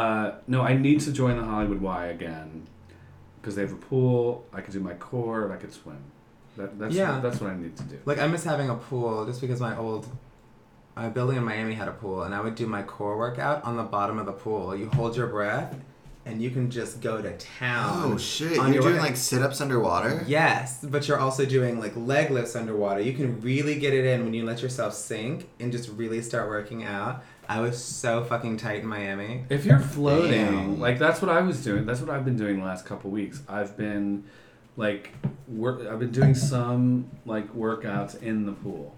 uh, no, I need to join the Hollywood Y again because they have a pool. I could do my core. and I could swim. That, that's Yeah. that's what I need to do. Like I miss having a pool just because my old my building in Miami had a pool and I would do my core workout on the bottom of the pool. You hold your breath and you can just go to town. Oh shit! on You're your doing workout. like sit-ups underwater. Yes, but you're also doing like leg lifts underwater. You can really get it in when you let yourself sink and just really start working out. I was so fucking tight in Miami. If you're floating, Damn. like that's what I was doing. That's what I've been doing the last couple weeks. I've been like work. I've been doing some like workouts in the pool.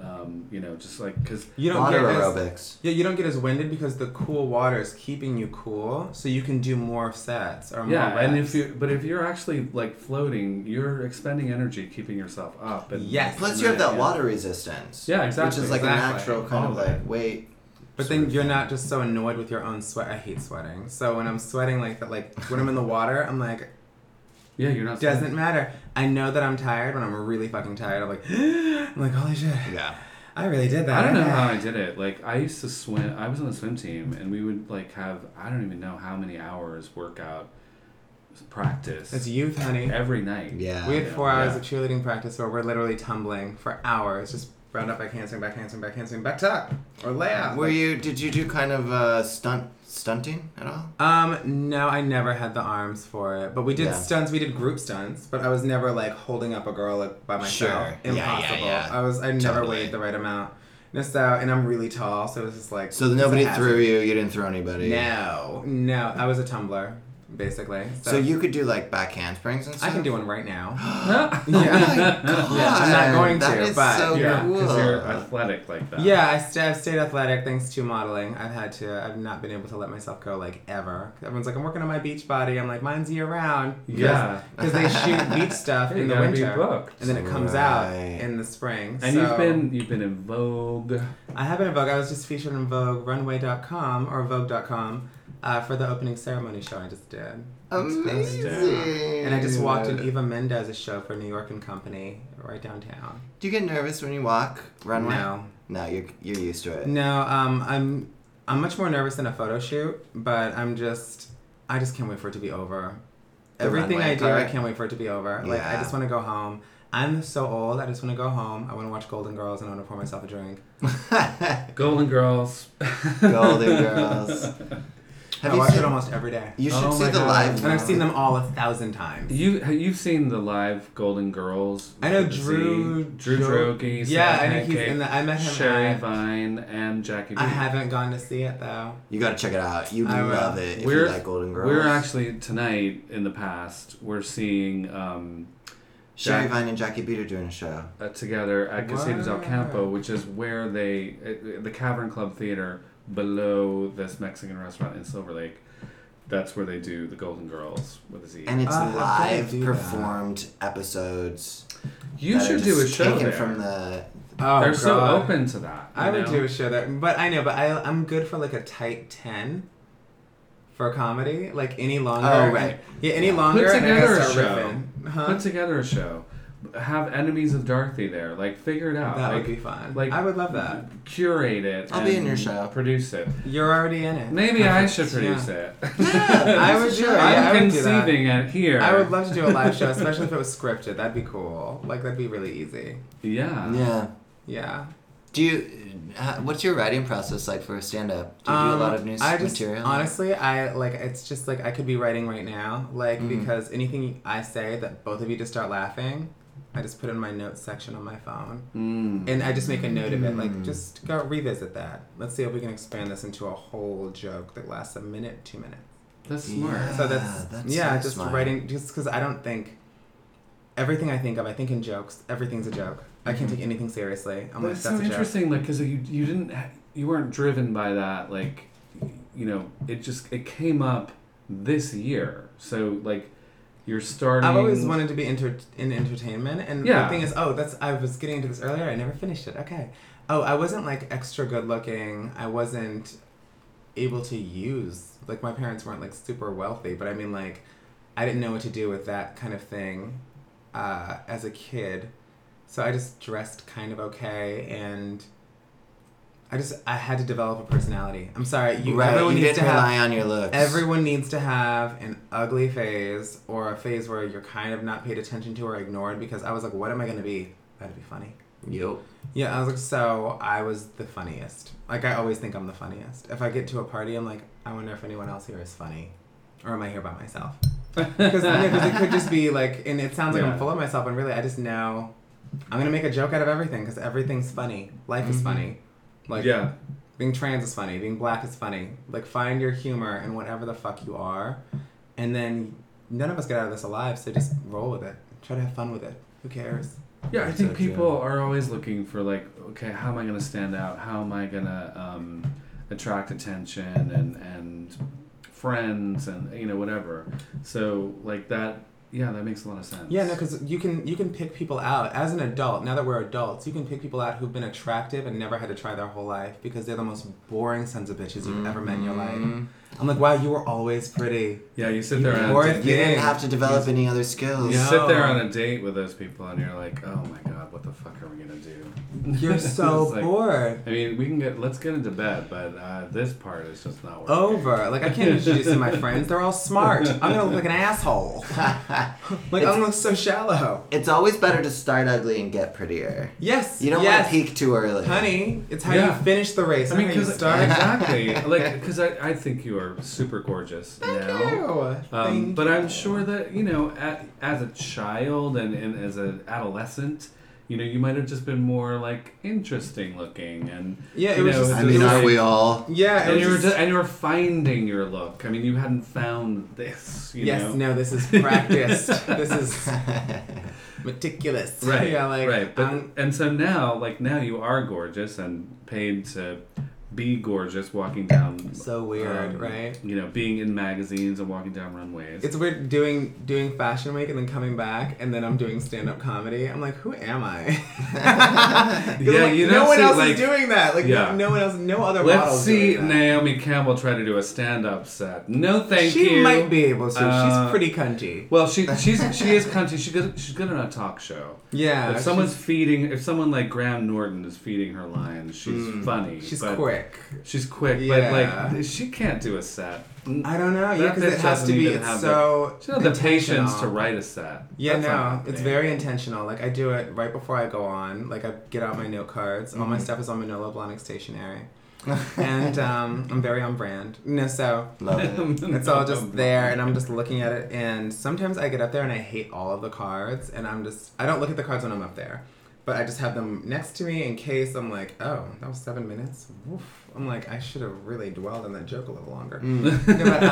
Um, you know, just like because You don't Water get as- aerobics. Yeah, you don't get as winded because the cool water is keeping you cool, so you can do more sets or more yeah, and if reps. you but if you're actually like floating, you're expending energy keeping yourself up. And Yes. Plus, you have that Yeah. water resistance. Yeah, exactly. Which is like Exactly. a natural kind All of of it. like weight. But then you're not just so annoyed with your own sweat. I hate sweating. So when I'm sweating like that, like when I'm in the water, I'm like, Yeah, you're not. doesn't matter. I know that I'm tired when I'm really fucking tired. I'm like, I'm like, holy shit, Yeah. I really did that. I don't know how I did it. Like I used to swim. I was on the swim team, and we would like have I don't even know how many hours workout practice It's youth, honey. every night. Yeah. We had four Yeah. hours of cheerleading practice where we're literally tumbling for hours, just round up back handspring, back handspring, back handspring, back tuck or layout. Were you? Did you do kind of uh, stunt stunting at all? Um, no, I never had the arms for it. But we did Yeah. stunts, we did group stunts, but I was never like holding up a girl like, by myself. Sure. Yeah, yeah, Impossible. yeah. I was I never Totally. weighed the right amount. And so and I'm really tall, so it was just like So it's a nobody hazard. threw you. You didn't throw anybody. No. No. I was a tumbler, basically. So, So you could do like back handsprings and stuff. I can do one right now. Oh Yeah. my Yeah. god! Yeah, I'm not going That to, is but- so Yeah, because you're cool. athletic like that. yeah, I st- I've stayed athletic thanks to modeling. I've had to. I've not been able to let myself go like ever. Everyone's like, I'm working on my beach body. I'm like, mine's year round. Yeah. because they shoot beach stuff You in the gotta be winter. booked. and then it comes out Right. in the spring. And so you've been you've been in Vogue. I have been in Vogue. I was just featured in Vogue Runway.com or Vogue.com uh, for the opening ceremony show I just did. Amazing. And I just walked in Eva Mendez's show for New York and Company right downtown. Do you get nervous when you walk runway? No, No, you're you're used to it. no, um, I'm I'm much more nervous in a photo shoot, but I'm just I just can't wait for it to be over. The Everything runway I do, I part? can't wait for it to be over. Like I Yeah. just want to go home. I'm so old. I just want to go home. I want to watch Golden Girls and I want to pour myself a drink. Golden Girls. Golden Girls. Have I you watch seen- it almost every day. You should Oh see my the God. live. And I've seen them all a thousand times. You you've seen the live Golden Girls. I know with the Drew- Z, Drew Drew- Droege. Yeah, Sarah I know he's Pancake, in the. I met him. Sherry at- Vine and Jackie. I Bean. haven't gone to see it though. You gotta check it out. You'd I will. love it if you We're- like Golden Girls. We're actually tonight in the past. We're seeing um, Sherry Jack- Vine and Jackie Beat are doing a show. uh, together at Casinos del Campo, Wow. which is where they uh, the Cavern Club Theater below this Mexican restaurant in Silver Lake. That's where they do the Golden Girls with a Z. And it's Uh, I've gotta live do that. performed episodes. you that are should do a just show taken there. from the. Oh, They're so God. open to that. I you would know? do a show there, but I know, but I I'm good for like a tight ten. For comedy, like any longer. Oh, right. Yeah, any Yeah. longer. Put and I gotta together a start show. riffing. Huh? Put together a show. Have enemies of Dorothy there. Like figure it out. that like would be fun. like- Like I would love that. curate it. I'll be and in your show. Produce it. You're already in it. Maybe I should produce Yeah. it. I would do it. I'm Yeah, I would do that. conceiving it here. I would love to do a live show, especially if it was scripted. That'd be cool. Like that'd be really easy. Yeah. Yeah. Yeah. Do you? Uh, what's your writing process like for stand up? Do you do a Um, lot of new s- I just, material? Honestly, I like it's just like I could be writing right now, like Mm-hmm. because anything I say that both of you just start laughing, I just put in my notes section on my phone, Mm. and I just make a note of it, Mm. like just go revisit that. Let's see if we can expand this into a whole joke that lasts a minute, two minutes. That's smart. Yeah. So that's, Ah, that's yeah, so just smart. writing just because I don't think everything I think of, I think in jokes. Everything's a joke. I Mm-hmm. can't take anything seriously. But I'm like it's that's so a joke. interesting, like, because you you didn't ha- you weren't driven by that, like, you know, it just it came up this year. So like you're starting. I've always wanted to be inter- in entertainment, and Yeah. the thing is, oh, that's I was getting into this earlier. I never finished it. Okay. Oh, I wasn't like extra good looking. I wasn't able to use like my parents weren't like super wealthy, but I mean like I didn't know what to do with that kind of thing uh, as a kid, so I just dressed kind of okay and. I just I had to develop a personality. I'm sorry, you right, everyone you needs didn't to have rely on your looks. Everyone needs to have an ugly phase or a phase where you're kind of not paid attention to or ignored because I was like, what am I going to be? I had to be funny. Yup. Yeah, I was like, so I was the funniest. Like, I always think I'm the funniest. If I get to a party, I'm like, I wonder if anyone else here is funny. Or am I here by myself? Because it could just be like, and it sounds like Yeah. I'm full of myself, and really, I just know I'm going to make a joke out of everything because everything's funny. Life is Mhm. funny. Like, Mm-hmm. yeah. being trans is funny. Being black is funny. Like, find your humor in whatever the fuck you are. And then none of us get out of this alive, so just roll with it. Try to have fun with it. Who cares? Yeah, I That's think so true. people are always looking for like, okay, how am I gonna stand out? How am I gonna um, attract attention and and friends and you know whatever. So like that, yeah, that makes a lot of sense. Yeah, no, because you can you can pick people out as an adult. Now that we're adults, you can pick people out who've been attractive and never had to try their whole life because they're the most boring sons of bitches you've ever met in your life. Mm-hmm. I'm like, wow, you were always pretty. yeah, you sit You there and were- You didn't Yeah. have to develop any other skills. You Yeah. sit there No. on a date with those people, and you're like, "Oh my god, what the fuck are we gonna do?" You're It's so like- bored. I mean, we can get let's get into bed, but uh, this part is just not working. Over. Like I can't introduce you to my friends. They're all smart. I'm gonna look like an asshole. Like I'm gonna look so shallow. It's always better to start ugly and get prettier. Yes. You don't yes. want to peak too early. Honey, it's how Yeah. you finish the race. I mean, not how you because start. exactly, like, because I, I think you are super gorgeous now. Ew, Um, thank but I'm you. sure that you know, at, as a child and, and as an adolescent, you know, you might have just been more like interesting looking and Yeah, it you was know, just- it's I mean, just are like- we all? Yeah, it And was you were just- just, and you were finding your look. I mean, you hadn't found this. You yes, know? no, this is practiced. this is meticulous. right Yeah, like right but, um, and so now like now you are gorgeous and paid to be gorgeous walking down so weird, um, right? you know being in magazines and walking down runways It's weird doing doing fashion week and then coming back and then I'm doing stand up comedy. I'm like, who am I? 'Cause I'm Yeah, like, you no don't one see, else like- is doing that. Like Yeah. no, no one else, no other let's models see doing that. naomi campbell try to do a stand-up set no thank she you might be able to. Uh, she's pretty cunty. well she she's she is country she good, she's good on a talk show Yeah, if someone's feeding if someone like graham norton is feeding her lines she's funny Hmm. she's, she's but- quick. she's quick Yeah. but like she can't do a set I don't know. That Yeah, because bitch it has doesn't to be even it's have so. She had the patience intentional. to write a set. Yeah, That's not no, happening. it's very intentional. Like I do it right before I go on. Like I get out my note cards. All my Mm-hmm. stuff is on Manila Blahnik stationery, and um, I'm very on brand. No, so Love it. it's all just there, and I'm just looking at it. And sometimes I get up there and I hate all of the cards, and I'm just I don't look at the cards when I'm up there, but I just have them next to me in case I'm like, oh, that was seven minutes. Oof. I'm like, I should have really dwelled on that joke a little longer. Mm. No, but,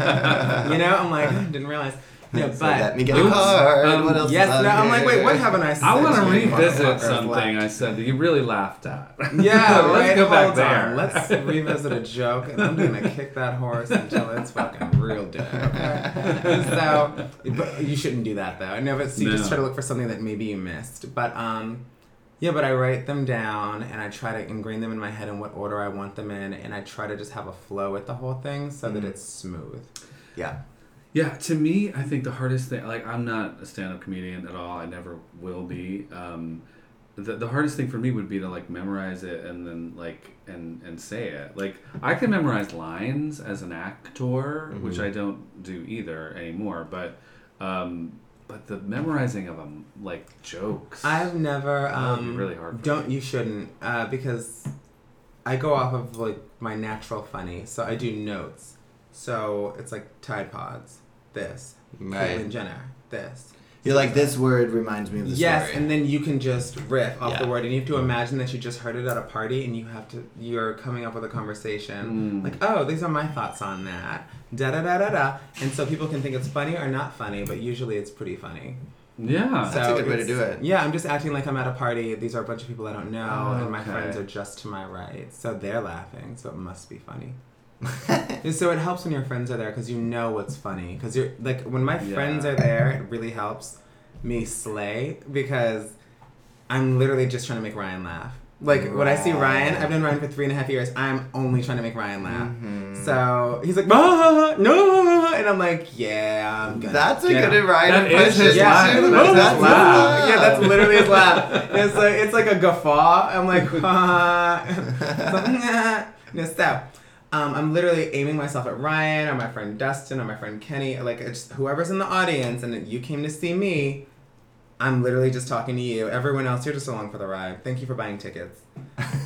um, you know, I'm like, I didn't realize. No, So but let me get a Oops. card. Um, what else? is Yes, on no, I'm like, wait, here? what haven't I said? I want to you, revisit motherfuckers? something Like- I said that you really laughed at. Yeah, let's right? go back Hold there. on. Let's revisit a joke, and I'm gonna kick that horse until it's fucking real dead. Okay? So, but you shouldn't do that though. No, but so you No. just try to look for something that maybe you missed. But um, yeah, but I write them down and I try to ingrain them in my head in what order I want them in, and I try to just have a flow with the whole thing so Mm. that it's smooth. Yeah. Yeah, to me, I think the hardest thing, like, I'm not a stand up comedian at all. I never will be. Um, the, the hardest thing for me would be to, like, memorize it and then, like, and, and say it. Like, I can memorize lines as an actor, Mm-hmm. which I don't do either anymore, but, um, but the memorizing of them, like, jokes. I've never. That would be Um, really hard for Don't you shouldn't uh, because I go off of like my natural funny, so I do notes. So it's like Tide Pods, this, Right. Caitlyn Jenner, this. You're like, this word reminds me of the Yes, story. and then you can just riff off the Yeah. word, and you have to imagine that you just heard it at a party, and you have to you're coming up with a Mm. conversation like, oh, these are my thoughts on that, da da da da da, and so people can think it's funny or not funny, but usually it's pretty funny. Yeah. That's a good way to it's- do it. Yeah, I'm just acting like I'm at a party. These are a bunch of people I don't know, and my Okay. friends are just to my right, so they're laughing, so it must be funny. And So it helps when your friends are there because you know what's funny. Because you're like, when my Yeah. friends are there, it really helps me slay because I'm literally just trying to make Ryan laugh. Like when I see Ryan, I've known Ryan for three and a half years. I'm only trying to make Ryan laugh. Mm-hmm. So he's like, "Ah, no, and I'm like, yeah, I'm gonna. That's a get good him." Ryan That is his impression. laugh. too. That is his That's laugh. his Yeah, that's literally his laugh. It's like it's like a guffaw. I'm like, ha. no stop. Um, I'm literally aiming myself at Ryan or my friend Dustin or my friend Kenny, or like it's whoever's in the audience, and you came to see me. I'm literally just talking to you. Everyone else, you're just along for the ride. Thank you for buying tickets.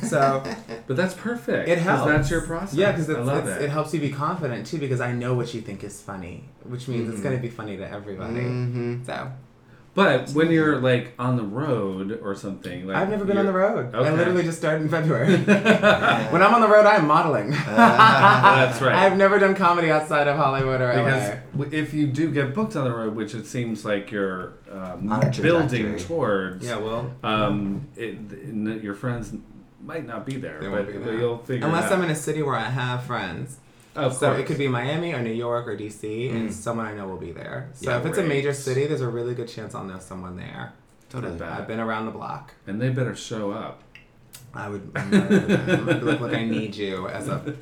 So But that's perfect. it 'cause helps. That's your process. Yeah, because I love it. it. helps you be confident too. Because I know what you think is funny, which means it's gonna be funny to everybody. Mhm. So But when you're like on the road or something, like I've never been on the you're- road. Okay. I literally just started in February. when I'm on the road, I'm modeling. That's right. I've never done comedy outside of Hollywood or Because LA. w- if you do get booked on the road, which it seems like you're um, On a building trajectory. towards, well, um, it, n- your friends might not be there, They but won't be there. you'll figure unless it out. I'm in a city where I have friends. Of so course. Mm. it could be Miami or New York or DC, and someone I know will be there. So Yeah, if it's a right. major city, there's a really good chance I'll know someone there. Totally. Not I've bad. been around the block. And they better show up. I would, I would look like I need you as a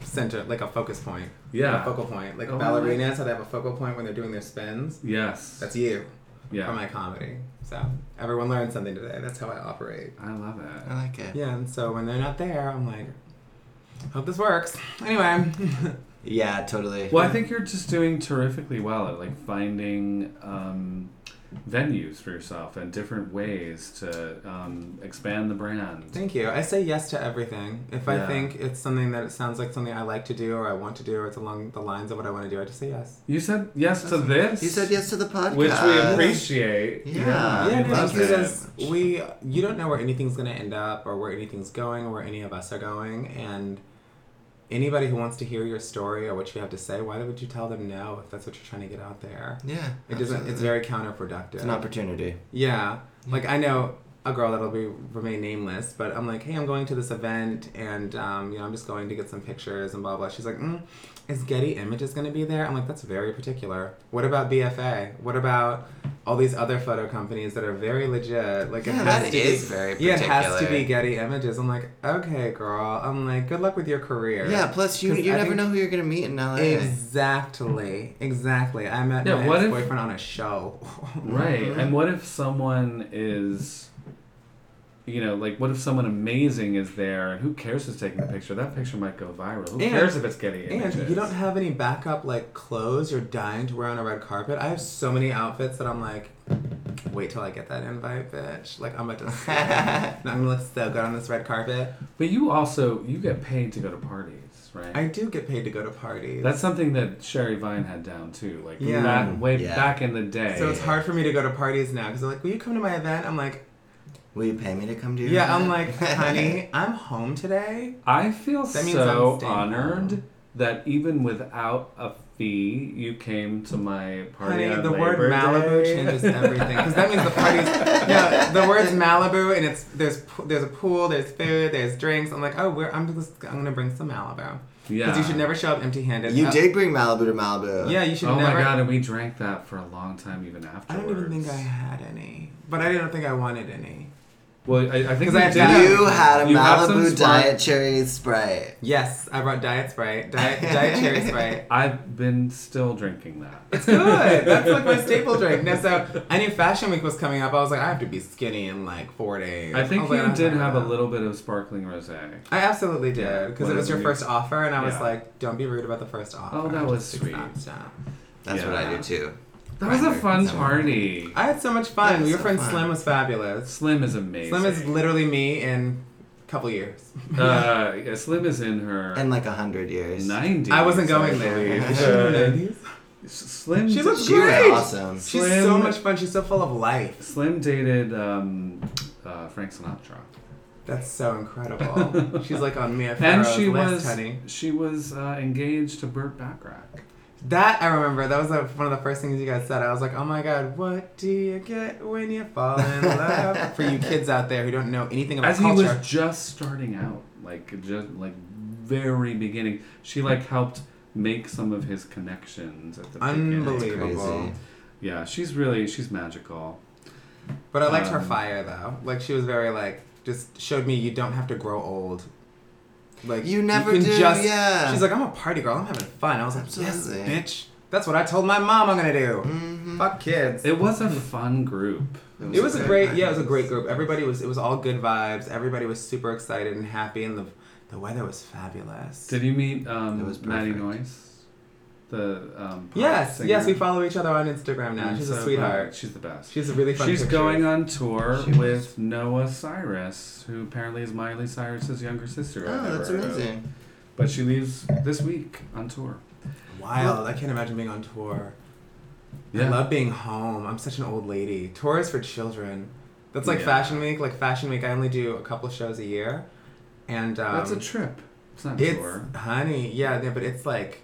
center, like a focus point, Yeah. a focal point, like Oh, I like- ballerinas. How they have a focal point when they're doing their spins. Yes. That's you. yeah. for my comedy. So everyone learned something today. That's how I operate. I love it. I like it. Yeah, and so when they're not there, I'm like, hope this works. Anyway, Yeah, totally. Well, I think you're just doing terrifically well at like finding um, venues for yourself and different ways to um, expand the brand. thank you. I say yes to everything. If I Yeah. think it's something that it sounds like something I like to do or I want to do or it's along the lines of what I want to do, I just say yes. You said yes to this. You said yes to the podcast. which we appreciate. Yeah. yeah, I yeah, we no, love it. because we you don't know where anything's gonna end up or where anything's going or where any of us are going and anybody who wants to hear your story or what you have to say, why would you tell them no if that's what you're trying to get out there? Yeah. It doesn't. absolutely. It's very counterproductive. It's an opportunity. yeah, like I know a girl that'll be remain nameless, but I'm like, hey, I'm going to this event, and um, you know, I'm just going to get some pictures and blah blah. She's like, mm, is Getty Images going to be there? I'm like, that's very particular. What about BFA? What about all these other photo companies that are very legit? Like, Yeah, it has that to is be, very Yeah, it has to particular. be Getty Images. I'm like, okay, girl. I'm like, good luck with your career. Yeah. Plus, you 'Cause you I never think- know who you're gonna meet in LA. Exactly. Exactly. I met Yeah, my what if- boyfriend on a show. Right. And what if someone is, you know, like what if someone amazing is there and who cares who's taking the picture? That picture might go viral. Who And- cares if it's getting And images? you don't have any backup like clothes you're dying to wear on a red carpet. I have so many outfits that I'm like, wait till I get that invite, bitch. Like I'm about to, sweat. And I'm gonna look so good on this red carpet. But you also you get paid to go to parties, right? I do get paid to go to parties, That's something that Sherry Vine had down too. Like Yeah. that way Mm-hmm. Yeah. back in the day. so it's hard for me to go to parties now because they're like, will you come to my event? I'm like, Will you pay me to come to your yeah. I'm like, event? honey, I'm home today. I feel That means so I'm staying honored home. that even without a fee, you came to my party. Honey, on the word Labor Malibu Day. changes everything because that means the party's yeah. The word's Malibu and it's there's p- there's a pool, there's food, there's drinks. I'm like, oh, we're, I'm just I'm gonna bring some Malibu Yeah. because you should never show up empty-handed. you Uh, did bring Malibu to Malibu. Yeah, you should oh never. my god, and we drank that for a long time, even after. I don't even think I had any, but I didn't think I wanted any. Well, I, I think 'Cause we I had did. to- You had a You have some Malibu smart- diet cherry sprite. Yes, I brought Diet Sprite, Diet, diet Cherry Sprite. I've been still drinking that. It's good. That's like my staple drink. Now, so I knew Fashion Week was coming up. I was like, I have to be skinny in like four days. I think was like, you I'm did not have a gonna- little bit of sparkling rosé. I absolutely Yeah, did because it was whatever your you- first offer, and I was Yeah. Oh, like, "Don't be rude about the first offer." that Just was sweet. accept that. That's what I Yeah. do too. That was a Right, fun so- party. I had so much fun. That's your so friend fun. Slim was fabulous. Slim is amazing. Slim is literally me in a couple years. uh, yeah, Slim is in her In like a hundred years. 90s. I wasn't going believe. there. Is she in her Uh, 90s? S- Slim. She looks She was great. awesome. She's Slim- so much fun. She's so full of life. Slim dated um, uh, Frank Sinatra, That's so incredible. She's like on Mia and Farrow's she list, was honey. she was uh, engaged to Burt Bacharach. That I remember. That was uh one of the first things you guys said. I was like, "Oh my god, what do you get when you fall in love?" For you kids out there who don't know anything about As he culture, was just starting out, like just like very beginning, she like helped make some of his connections at the beginning. unbelievable. Crazy. Yeah, she's really she's magical. But I liked her Um, fire though. Like she was very like just showed me you don't have to grow old. Like You never can do, yeah. She's like, I'm a party girl. I'm having fun. I was like, Absolutely. yes, bitch. That's what I told my mom I'm gonna do. Mhm. Mm-hmm. Fuck kids. It was a fun group. It was a great, yeah, it was a podcast. great group. Everybody was, it was all good vibes. Everybody was super excited and happy, and the the weather was fabulous. Did you meet um, It was Maddie perfect. Noyce? The um, pop yes, singer? yes, we follow each other on Instagram now. And She's so, a uh, sweetheart. she's the best. She's a really fun. She's picture. going on tour She was. with Noah Cyrus, who apparently is Miley Cyrus's younger sister. I Oh, never that's heard of. amazing. But she leaves this week on tour. Wild. I can't imagine being on tour. I love being home. I'm such an old lady. Tour is for children. That's like Yeah. Fashion Week. Like Fashion Week, I only do a couple shows a year, and um, that's a trip. It's not a It's tour. honey, yeah, no, but it's like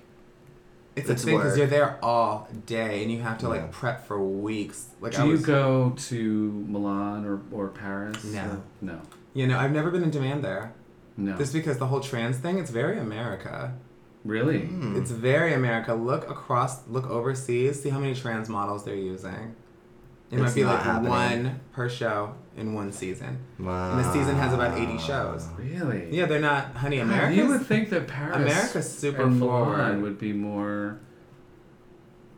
it's, It's a thing because work. you're there all day and you have to Yeah. like prep for weeks. Like I Do you was, go to Milan or, or Paris? No. No. you know, I've never been in demand there. No. Just because the whole trans thing, it's very America. really? Mm. It's very America. Look across, look overseas, see how many trans models they're using. It It's might be not like happening. one per show in one season. Wow. And the season has about 80 Ah. shows. Really? Yeah, they're not, honey, God, You would America's, think that Paris America's super and forward. Milan would be more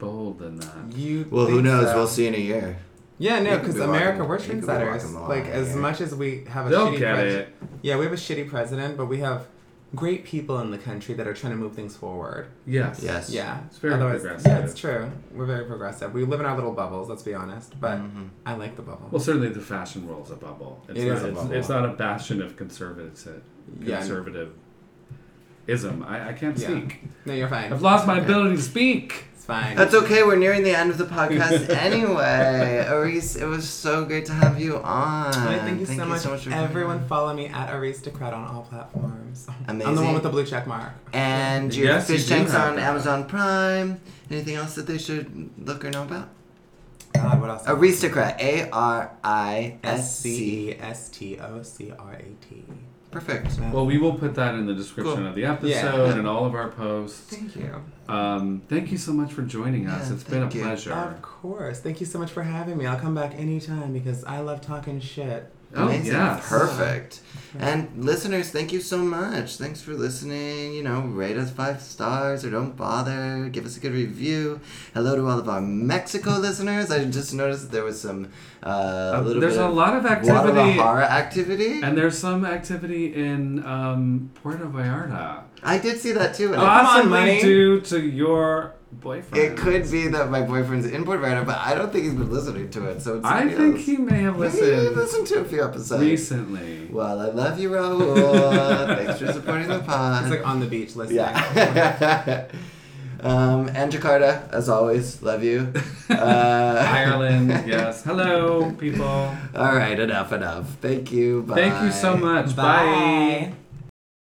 bold than that. you Well, who think knows? so. We'll see in a year. Yeah, no, You could because be America, walking- we're you could be walking the trendsetters. line Like as here. much as we have a They'll shitty get president, it. yeah, we have a shitty president, but we have great people in the country that are trying to move things forward. Yes. Yes. Yeah, It's very progressive. Yeah, it's true. We're very progressive. We live in our little bubbles. Let's be honest, but Mm-hmm. I like the bubble. Well, certainly the fashion world's a bubble. It's It not, is a it's, bubble. It's not a bastion of conservative Yeah. conservatism. I, I can't Yeah. speak. no, you're fine. I've lost my ability to speak. It's fine. That's okay. We're nearing the end of the podcast anyway. Aris, it was so great to have you on. Well, thank you so much. for coming Everyone, on. follow me at Aristocrat on all platforms. I'm the Amazing. one with the blue check mark. And your Yes, you fish do tanks have on that. Amazon Prime. Anything else that they should look or know about? God, what else? Aristocrat. A R I S S C C. E S T O C R A T. Perfect. Well, we will put that in the description Cool. of the episode Yeah. and all of our posts. Thank you. Um, thank you so much for joining us. Yeah, it's been a thank you. pleasure. Of course. Thank you so much for having me. I'll come back anytime because I love talking shit. oh, Amazing. yes. Perfect. And listeners, thank you so much. Thanks for listening. You know, rate us five stars or don't bother. Give us a good review. Hello to all of our Mexico listeners. I just noticed that there was some uh, Uh, a little there's bit a of lot of activity, Guadalajara activity. and there's some activity in um, Puerto Vallarta. I did see that too. And Oh, come on, Possibly money. due to your boyfriend. it could be that my boyfriend's in Puerto Vallarta, but I don't think he's been listening to it. So it's I somebody think else. he may have Maybe he listened listened to a few episodes. recently. Well, I love you, Raul. Thanks for supporting the pod. It's like on the beach listening. Uh-huh. Yeah. um, and Jakarta, as always, love you. Uh, Ireland, yes. Hello, people. All right, enough, enough. Thank you. Bye. Thank you so much. Bye. Bye.